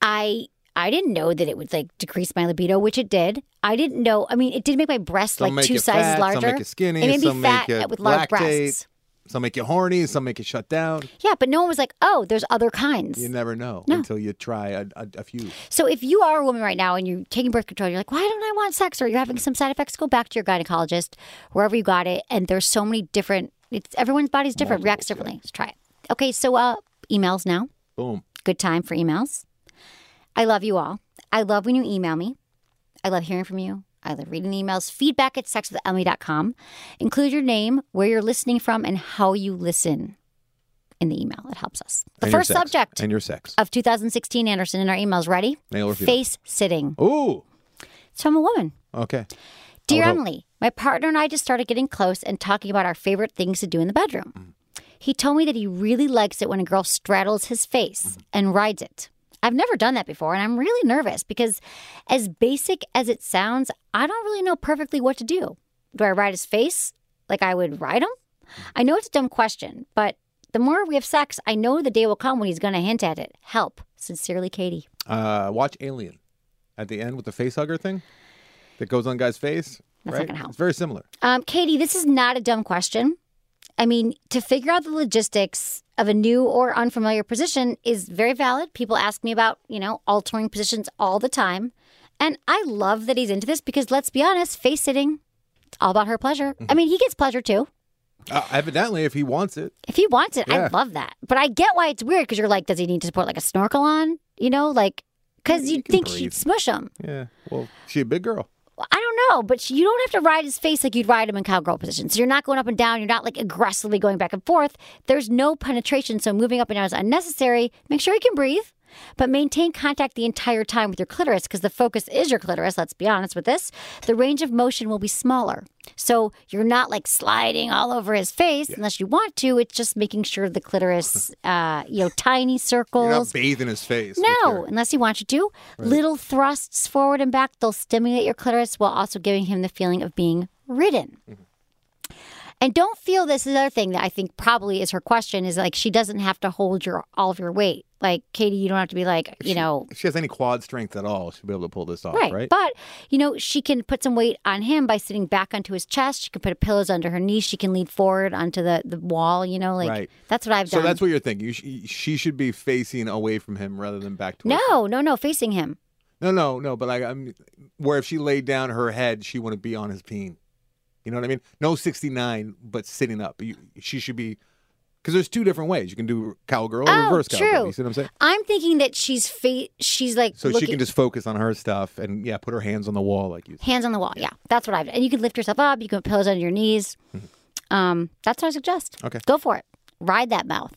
I I didn't know that it would like decrease my libido, which it did. I didn't know. I mean, it did make my breasts Some like make two you sizes fat, larger. Some make you skinny. It made me some fat make you with large lactate, breasts. Some make you horny. Some make you shut down. Yeah, but no one was like, "Oh, there's other kinds." You never know until you try a, a, a few. So if you are a woman right now and you're taking birth control, you're like, why don't I want sex? Or you're having some side effects, go back to your gynecologist, wherever you got it. And there's so many different, it's everyone's body's different, reacts differently. Let's try it. Okay, so uh, emails now. Boom. Good time for emails. I love you all. I love when you email me. I love hearing from you. I love reading the emails. Feedback at sexwithemily.com. Include your name, where you're listening from, and how you listen in the email. It helps us. The And your first sex. subject And your sex. of 2016, Anderson, in our emails. Ready? Male or female? Face sitting. Ooh. So I'm a woman. Okay. Dear Hold up. Emily, my partner and I just started getting close and talking about our favorite things to do in the bedroom. He told me that he really likes it when a girl straddles his face and rides it. I've never done that before, and I'm really nervous because, as basic as it sounds, I don't really know perfectly what to do. Do I ride his face like I would ride him? I know it's a dumb question, but the more we have sex, I know the day will come when he's going to hint at it. Help. Sincerely, Katie. Uh, watch Alien at the end with the face hugger thing that goes on guy's face. That's not right? gonna help. It's very similar. Um, Katie, this is not a dumb question. I mean, to figure out the logistics of a new or unfamiliar position is very valid. People ask me about, you know, altering positions all the time. And I love that he's into this because let's be honest, face sitting, it's all about her pleasure. Mm-hmm. I mean, he gets pleasure too. Uh, evidently, if he wants it, If he wants it, I Yeah. love that. But I get why it's weird because you're like, does he need to put like a snorkel on? You know, like, because You you'd can think breathe. she'd smush him. yeah. Well, she a big girl. Well, I don't know, but you don't have to ride his face like you'd ride him in cowgirl position. So you're not going up and down. You're not like aggressively going back and forth. There's no penetration, so moving up and down is unnecessary. Make sure he can breathe, but maintain contact the entire time with your clitoris because the focus is your clitoris. Let's be honest with this. The range of motion will be smaller. So you're not like sliding all over his face unless you want to. It's just making sure the clitoris, uh, you know, tiny circles. You're not bathing his face. with No, your- unless you want you to. Little thrusts forward and back, they'll stimulate your clitoris while also giving him the feeling of being ridden. Mm-hmm. And don't feel this is another thing that I think probably is her question is like she doesn't have to hold your all of your weight. Like Katie, you don't have to be like, you know, If she has any quad strength at all, she'll be able to pull this off, right? But you know, she can put some weight on him by sitting back onto his chest. She can put pillows under her knees. She can lean forward onto the, the wall, you know, like Right. that's what I've so done. that's what you're thinking. You sh- she should be facing away from him rather than back towards. him. no, no, no, facing him. No, no, no. But like, I'm where if she laid down her head, she wouldn't be on his peen. You know what I mean? No, sixty nine, but sitting up. You, she should be because there's two different ways. You can do cowgirl or Oh, reverse cowgirl. true. You see what I'm saying? I'm thinking that she's fa- she's like So she looking- can just focus on her stuff and yeah, put her hands on the wall like you. hands on the wall. Yeah, that's what I've done. And you can lift yourself up. You can put pillows under your knees. Um, that's what I suggest. Mm-hmm. Okay. go for it. Ride that mouth.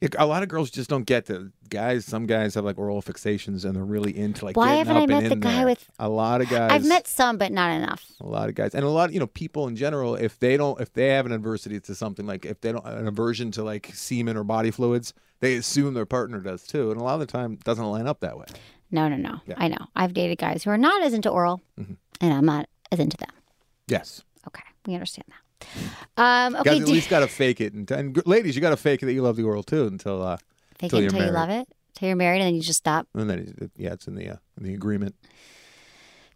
Yeah, A lot of girls just don't get that. Guys, some guys have like oral fixations and they're really into like. Why getting haven't up I and met the in guy there. with- A lot of guys. I've met some, but not enough. a lot of guys and a lot you know people in general if they don't if they have an adversity to something like if they don't an aversion to like semen or body fluids they assume their partner does too and a lot of the time it doesn't line up that way No, no, no. I know. I've dated guys who are not as into oral, Mm-hmm. and I'm not as into them. yes Okay, we understand that. Um, okay, guys at do- least got to fake it and, and g- ladies you got to fake it that you love the oral too until uh fake it till you're until you married. love it, till you're married, and then you just stop. and then it- yeah it's in the uh, in the agreement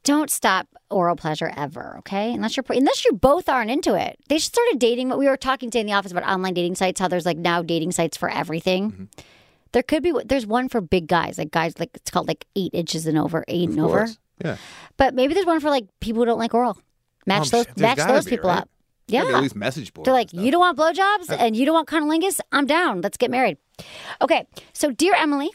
Don't stop oral pleasure ever, okay? Unless you're unless you both aren't into it. They should start a dating. We were talking today in the office about online dating sites. How there's like now dating sites for everything. Mm-hmm. There could be there's one for big guys, like guys like it's called like eight inches and over, eight and of over. course. yeah But maybe there's one for like people who don't like oral. Match Um, those there's match gotta those be, people right? up. I Yeah, mean, at least message boards they're and like, stuff. you don't want blowjobs and you don't want conolingus? I'm down. Let's get married. Okay. So, dear Emily,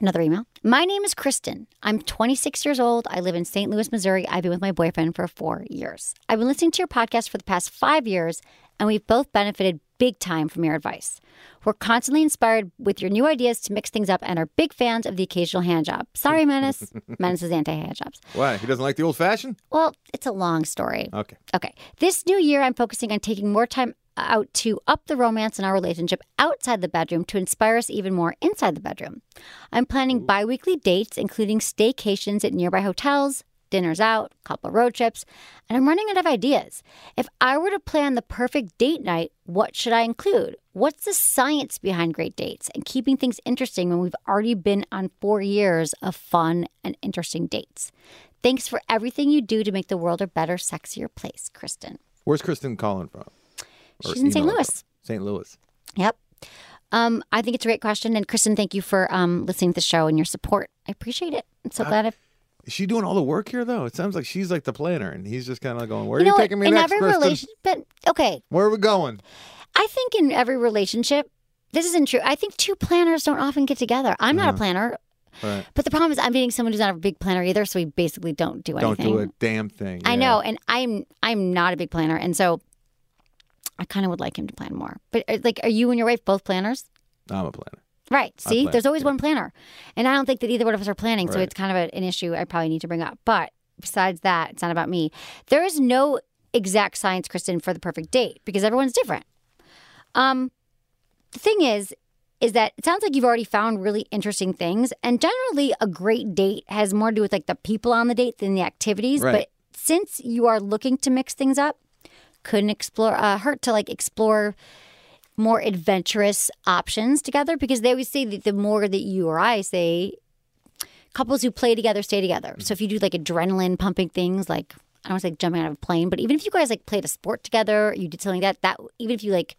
another email. My name is Kristen. I'm 26 years old. I live in St. Louis, Missouri. I've been with my boyfriend for four years. I've been listening to your podcast for the past five years, and we've both benefited big time from your advice. We're constantly inspired with your new ideas to mix things up and are big fans of the occasional hand job. Sorry, Menace. Menace is anti hand jobs. Why? He doesn't like the old fashioned? Well, it's a long story. Okay. Okay. This new year, I'm focusing on taking more time out to up the romance in our relationship outside the bedroom to inspire us even more inside the bedroom. I'm planning bi weekly dates, including staycations at nearby hotels, dinners out, couple road trips, and I'm running out of ideas. If I were to plan the perfect date night, what should I include? What's the science behind great dates and keeping things interesting when we've already been on four years of fun and interesting dates? Thanks for everything you do to make the world a better, sexier place, Kristen. Where's Kristen calling from? Or She's in St. emailing Louis. from? St. Louis. Yep. Um, I think it's a great question. And Kristen, thank you for um, listening to the show and your support. I appreciate it. I'm Uh, so glad I've. Is she doing all the work here, though? It sounds like she's like the planner, and he's just kind of going, Where you are know you what? taking me in next, every Kristen? relationship, okay, Where are we going? I think in every relationship, this isn't true. I think two planners don't often get together. I'm not a planner, Uh-huh. Right. but the problem is I'm dating someone who's not a big planner either. So we basically don't do Don't anything. do a damn thing. I Yeah. know, and I'm I'm not a big planner, and so I kind of would like him to plan more. But uh, like, are you and your wife both planners? I'm a planner. Right. See, plan, there's always yeah. one planner. And I don't think that either one of us are planning. So Right. it's kind of a, an issue I probably need to bring up. But besides that, it's not about me. There is no exact science, Kristen, for the perfect date because everyone's different. Um, the thing is, is that it sounds like you've already found really interesting things. And generally, a great date has more to do with like the people on the date than the activities. Right. But since you are looking to mix things up, couldn't explore uh, hurt to like explore more adventurous options together because they always say that the more that you or I say, couples who play together stay together. So if you do like adrenaline pumping things, like I don't want to say jumping out of a plane, but even if you guys like played a sport together, you did something like that that even if you like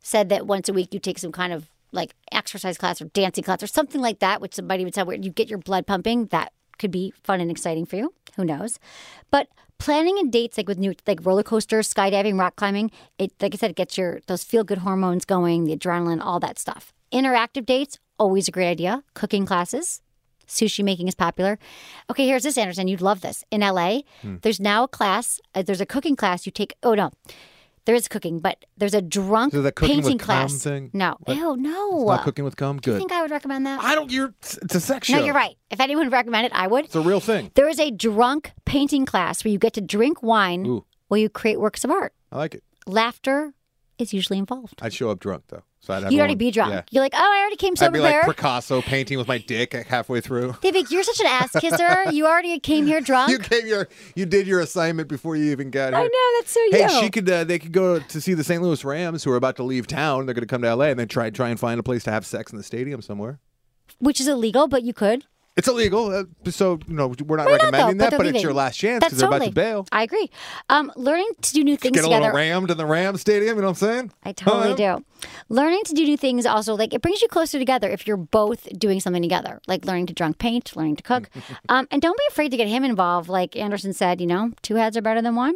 said that once a week you take some kind of like exercise class or dancing class or something like that, which somebody would sound weird. You get your blood pumping. That could be fun and exciting for you. Who knows? But planning and dates like with new like roller coasters, skydiving, rock climbing, it like I said, it gets your those feel good hormones going, the adrenaline, all that stuff. Interactive dates, always a great idea. Cooking classes, sushi making is popular. Okay, here's this, Anderson. You'd love this. In LA, Hmm. there's now a class, uh, there's a cooking class you take. Oh, no. There is cooking, but there's a drunk Is it that cooking with painting cum class. thing? No. What? Ew, no. Not cooking with cum? Do you Good. think I would recommend that? I don't, you're, it's a sex no, show. you're right. If anyone recommended it, I would. It's a real thing. There is a drunk painting class where you get to drink wine Ooh. while you create works of art. I like it. Laughter is usually involved. I'd show up drunk, though. So I'd have You'd already everyone- be drunk. Yeah. You're like, oh, I already came I'd sober be like there. Picasso painting with my dick halfway through. They'd be like, you're such an ass kisser. you already came here drunk. You gave your, you did your assignment before you even got here. I know, that's so Hey, you. she could. Uh, they could go to see the St. Louis Rams, who are about to leave town. They're going to come to L.A. and then try try and find a place to have sex in the stadium somewhere. Which is illegal, but you could. It's illegal, uh, so you know we're not Why not, though? recommending that. they're But it's leaving. your last chance That's because they're totally- about to bail. I agree. Um, learning to do new things Get a together. little rammed in the Ram Stadium. You know what I'm saying? I totally Huh? do. Learning to do new things also like it brings you closer together if you're both doing something together, like learning to drunk paint, learning to cook, um, and don't be afraid to get him involved. Like Anderson said, you know, two heads are better than one.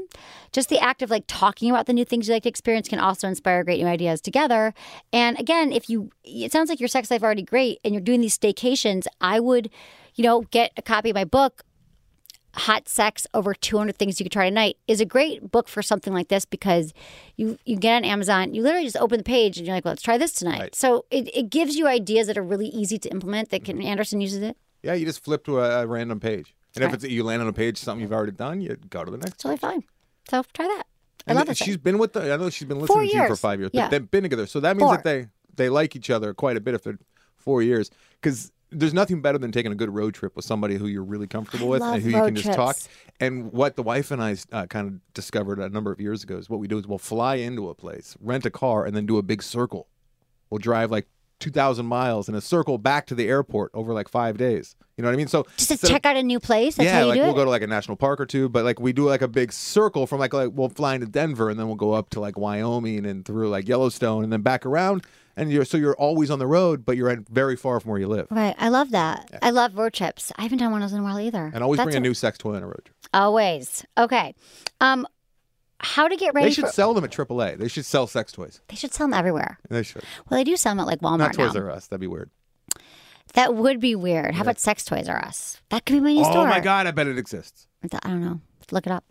Just the act of like talking about the new things you like to experience can also inspire great new ideas together. And again, if you, it sounds like your sex life already great, and you're doing these staycations, I would, you know, get a copy of my book, Hot Sex Over 200 Things You Could Try Tonight is a great book for something like this because you you get on Amazon, you literally just open the page and you're like, well, let's try this tonight. Right. So it, it gives you ideas that are really easy to implement that can Anderson uses it. Yeah, you just flip to a, a random page, and if Right. it's you land on a page something you've already done, you go to the next. It's totally fine. So try that. I And love th- this. She's thing. been with the. I know she's been listening Four to you for years. five years. Yeah. But they've been together, so that means that Four. they they like each other quite a bit if they're four years. Because there's nothing better than taking a good road trip with somebody who you're really comfortable with love and who you road can just talk. trips. And what the wife and I uh, kind of discovered a number of years ago is what we do is we'll fly into a place, rent a car, and then do a big circle. We'll drive like. 2000 miles in a circle back to the airport over like five days you know what i mean so Just to instead of- check out a new place. That's yeah, how you like do we'll it. go to like a national park or two, but like we do like a big circle from like like we'll fly into Denver and then we'll go up to like Wyoming and through like Yellowstone and then back around and you're so you're always on the road, but you're at very far from where you live. Right, I love that. I love road trips. I haven't done one of those in a while either. And always That's bring a what- new sex toy on a road trip. Always. Okay. Um, how to get ready? They should for, sell them at AAA. They should sell sex toys. they should sell them everywhere. They should. Well, they do sell them at like Walmart Not Toys now. R Us. That'd be weird. That would be weird. How about Sex Toys R Us? That could be my new oh store. my god, I bet it exists. I don't know. It's stuff. Look it up.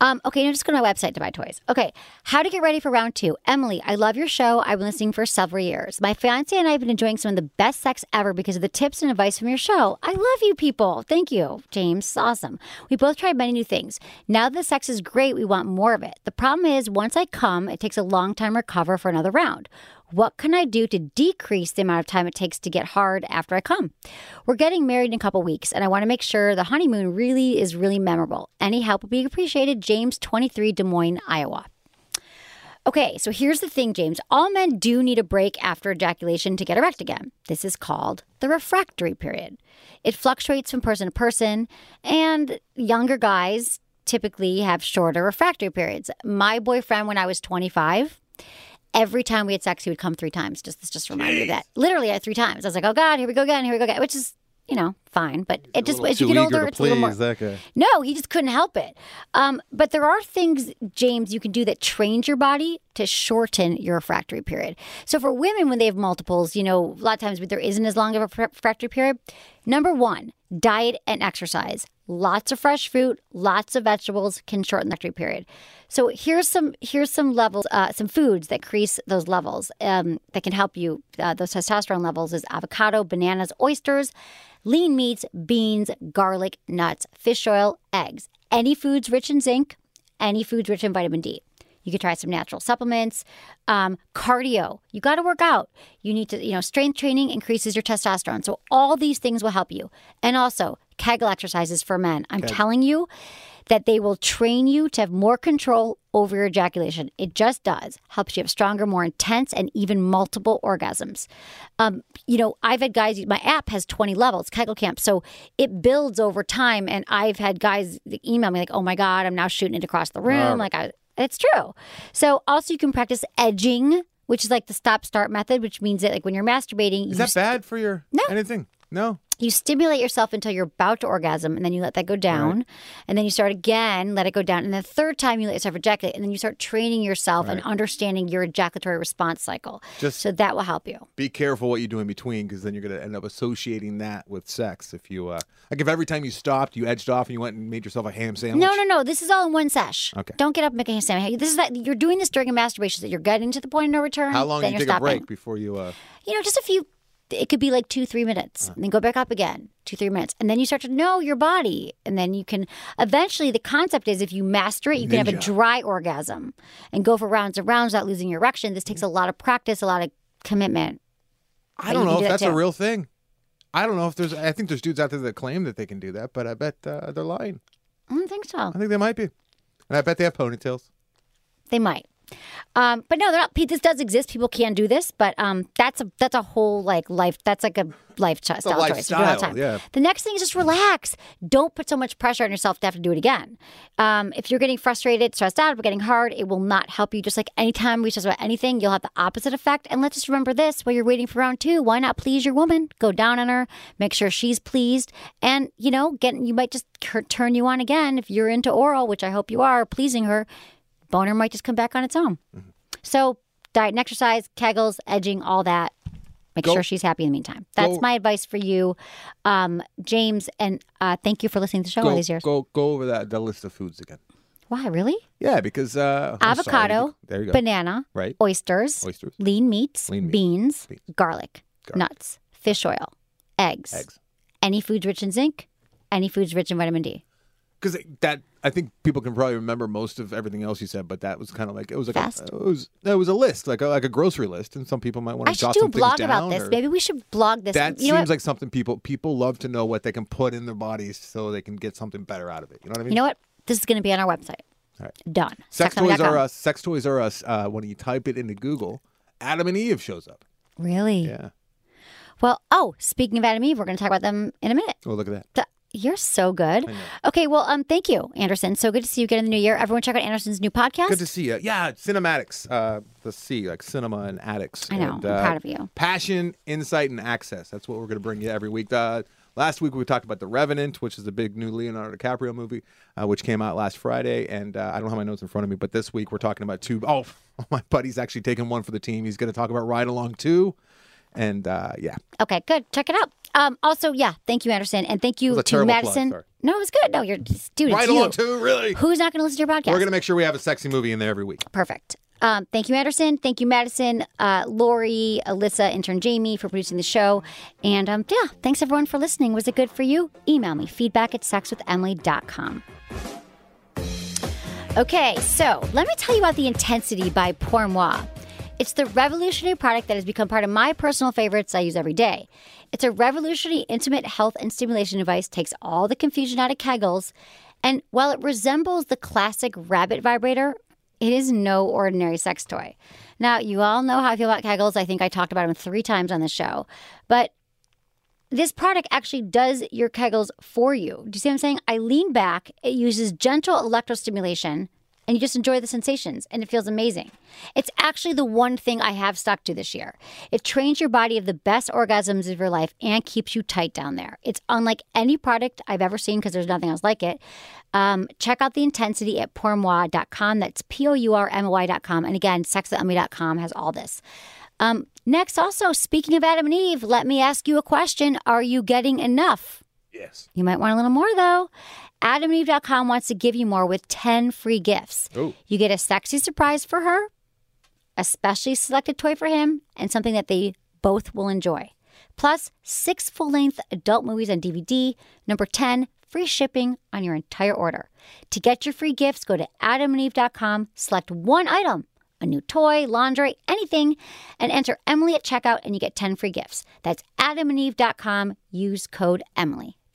Um, okay, now just go to my website to buy toys. Okay, how to get ready for round two. Emily, I love your show. I've been listening for several years. My fiance and I have been enjoying some of the best sex ever because of the tips and advice from your show. I love you people. Thank you, James. Awesome. We both tried many new things. Now that the sex is great, we want more of it. The problem is, once I come, it takes a long time to recover for another round. What can I do to decrease the amount of time it takes to get hard after I come? We're getting married in a couple weeks, and I want to make sure the honeymoon really is really memorable. Any help would be appreciated. James, 23, Des Moines, Iowa. Okay, so here's the thing, James. All men do need a break after ejaculation to get erect again. This is called the refractory period. It fluctuates from person to person, and younger guys typically have shorter refractory periods. My boyfriend, when I was 25, every time we had sex, he would come three times. Just this just reminded me of that. Literally, I three times. I was like, oh god, here we go again, here we go again, which is you know fine, but it just as you get older, it's a little more. that guy. No, he just couldn't help it. Um, but there are things, James, you can do that trains your body to shorten your refractory period. So for women, when they have multiples, you know, a lot of times there isn't as long of a refra- refractory period. Number one, diet and exercise. Lots of fresh fruit, lots of vegetables can shorten the refractory period. So here's some here's some levels, uh, some foods that increase those levels um, that can help you. Uh, those testosterone levels is avocado, bananas, oysters lean meats, beans, garlic, nuts, fish oil, eggs, any foods rich in zinc, any foods rich in vitamin D. You could try some natural supplements. Um, cardio, you got to work out. You need to, you know, strength training increases your testosterone. So all these things will help you. And also, Kegel exercises for men. I'm telling you that they will train you to have more control over your ejaculation. It just does. Helps you have stronger, more intense, and even multiple orgasms. Um, you know, I've had guys, my app has 20 levels, Kegel Camp. So it builds over time. And I've had guys email me, like, oh my God, I'm now shooting it across the room. Like, I, it's true. So also, you can practice edging. Which is like the stop start method, which means that like when you're masturbating, Is you that bad for your anything? No. you stimulate yourself until you're about to orgasm and then you let that go down and then you start again let it go down and the third time you let yourself ejaculate and then you start training yourself and understanding your ejaculatory response cycle Just- so that will help you Be careful what you do in between because then you're going to end up associating that with sex. If you, uh, like, if every time you stopped, you edged off and you went and made yourself a ham sandwich. no no no this is all in one sesh Okay. don't get up and make a hand sandwich this is that you're doing this during a masturbation so you're getting to the point of no return How long do then you are take stopping. a break before you, uh, you know, just a few. It could be like two, three minutes, and then go back up again, two, three minutes, and then you start to know your body, and then you can. Eventually, the concept is if you master it, you can have a Ninja. dry orgasm, and go for rounds and rounds without losing your erection. This takes a lot of practice, a lot of commitment. I But don't you can know do if that that's a too. real thing. I don't know if there's, I think there's dudes out there that claim that they can do that, but I bet uh, they're lying. I don't think so. I think they might be. And I bet they have ponytails. They might. Um, but no, they're not. This does exist. People can do this, but um, that's a that's a whole like life. That's like a lifestyle choice. You do it all the lifestyle, time. yeah. The next thing is just relax. Don't put so much pressure on yourself to have to do it again. Um, if you're getting frustrated, stressed out, or getting hard, it will not help you. Just like anytime we stress about anything, you'll have the opposite effect. And let's just remember this while you're waiting for round two. Why not please your woman? Go down on her, make sure she's pleased, and you know, get you might just cur- turn you on again if you're into oral, which I hope you are. Pleasing her boner might just come back on its own. Mm-hmm. So diet and exercise, kegels, edging, all that. Make Go- sure she's happy in the meantime. That's go- my advice for you, um, James. And uh, thank you for listening to the show all Go, these years. go, go over that, the list of foods again. Why, really? Yeah, because uh, I'm sorry. Avocado, There you go. banana, Right. oysters, Oysters. lean meats, Lean meats, beans, beans, garlic, nuts, fish oil, eggs, Eggs. any foods rich in zinc, any foods rich in vitamin D. because that I think people can probably remember most of everything else you said, but that was kind of like it was like Fast. A, it was no, it was a list like a, like a grocery list, and some people might want I to should jot do a some blog things about down, this. or- Maybe we should blog this. That you know what? seems like something people people love to know what they can put in their bodies so they can get something better out of it. You know what I mean? you know what? This is going to be on our website. All right. Done. Sex toys Sextoy.com. are us. Sex toys are us. Uh, when you type it into Google, Adam and Eve shows up. Really? Yeah. Well, oh, speaking of Adam and Eve, we're going to talk about them in a minute. Oh, look at that. Th- You're so good. Okay, well, um, thank you, Anderson. So good to see you again in the new year. Everyone, check out Anderson's new podcast. Good to see you. Yeah, cinematics. Uh, the C, like cinema and addicts. I know. And, I'm uh, proud of you. Passion, insight, and access. That's what we're going to bring you every week. Uh, last week we talked about The Revenant, which is the big new Leonardo DiCaprio movie, uh, which came out last Friday. And uh, I don't have my notes in front of me, but this week we're talking about two oh my buddy's actually taking one for the team. He's going to talk about Ride Along 2. And uh, yeah, okay, good. Check it out. Um, also, yeah, thank you, Anderson, and thank you was a to terrible plug, Madison. sorry. no, it was good. No, you're just, dude. Right it's you. on, too, really. Who's not going to listen to your podcast? We're gonna make sure we have a sexy movie in there every week. Perfect. Um, thank you, Anderson. Thank you, Madison, uh, Lori, Alyssa, intern Jamie for producing the show. And um, yeah, thanks everyone for listening. Was it good for you? Email me feedback at sexwithemily.com. Okay, so let me tell you about the Intensity by Pour Moi. It's the revolutionary product that has become part of my personal favorites I use every day. It's a revolutionary intimate health and stimulation device, takes all the confusion out of kegels, and while it resembles the classic rabbit vibrator, it is no ordinary sex toy. Now, you all know how I feel about kegels. I think I talked about them three times on the show, but this product actually does your kegels for you. Do you see what I'm saying? I lean back, it uses gentle electrostimulation, and you just enjoy the sensations, and it feels amazing. It's actually the one thing I have stuck to this year. It trains your body of the best orgasms of your life and keeps you tight down there. It's unlike any product I've ever seen because there's nothing else like it. Um, check out the intensity at pourmoi.com. That's P O U R M O Y.com. And again, sexwithemily.com has all this. Um, next, also, speaking of Adam and Eve, let me ask you a question. Are you getting enough? Yes. You might want a little more, though. AdamandEve.com wants to give you more with 10 free gifts. Ooh. You get a sexy surprise for her, a specially selected toy for him, and something that they both will enjoy. Plus, six full length adult movies on DVD. Number 10, free shipping on your entire order. To get your free gifts, go to adamandeve.com, select one item a new toy, laundry, anything, and enter Emily at checkout, and you get 10 free gifts. That's adamandeve.com. Use code Emily.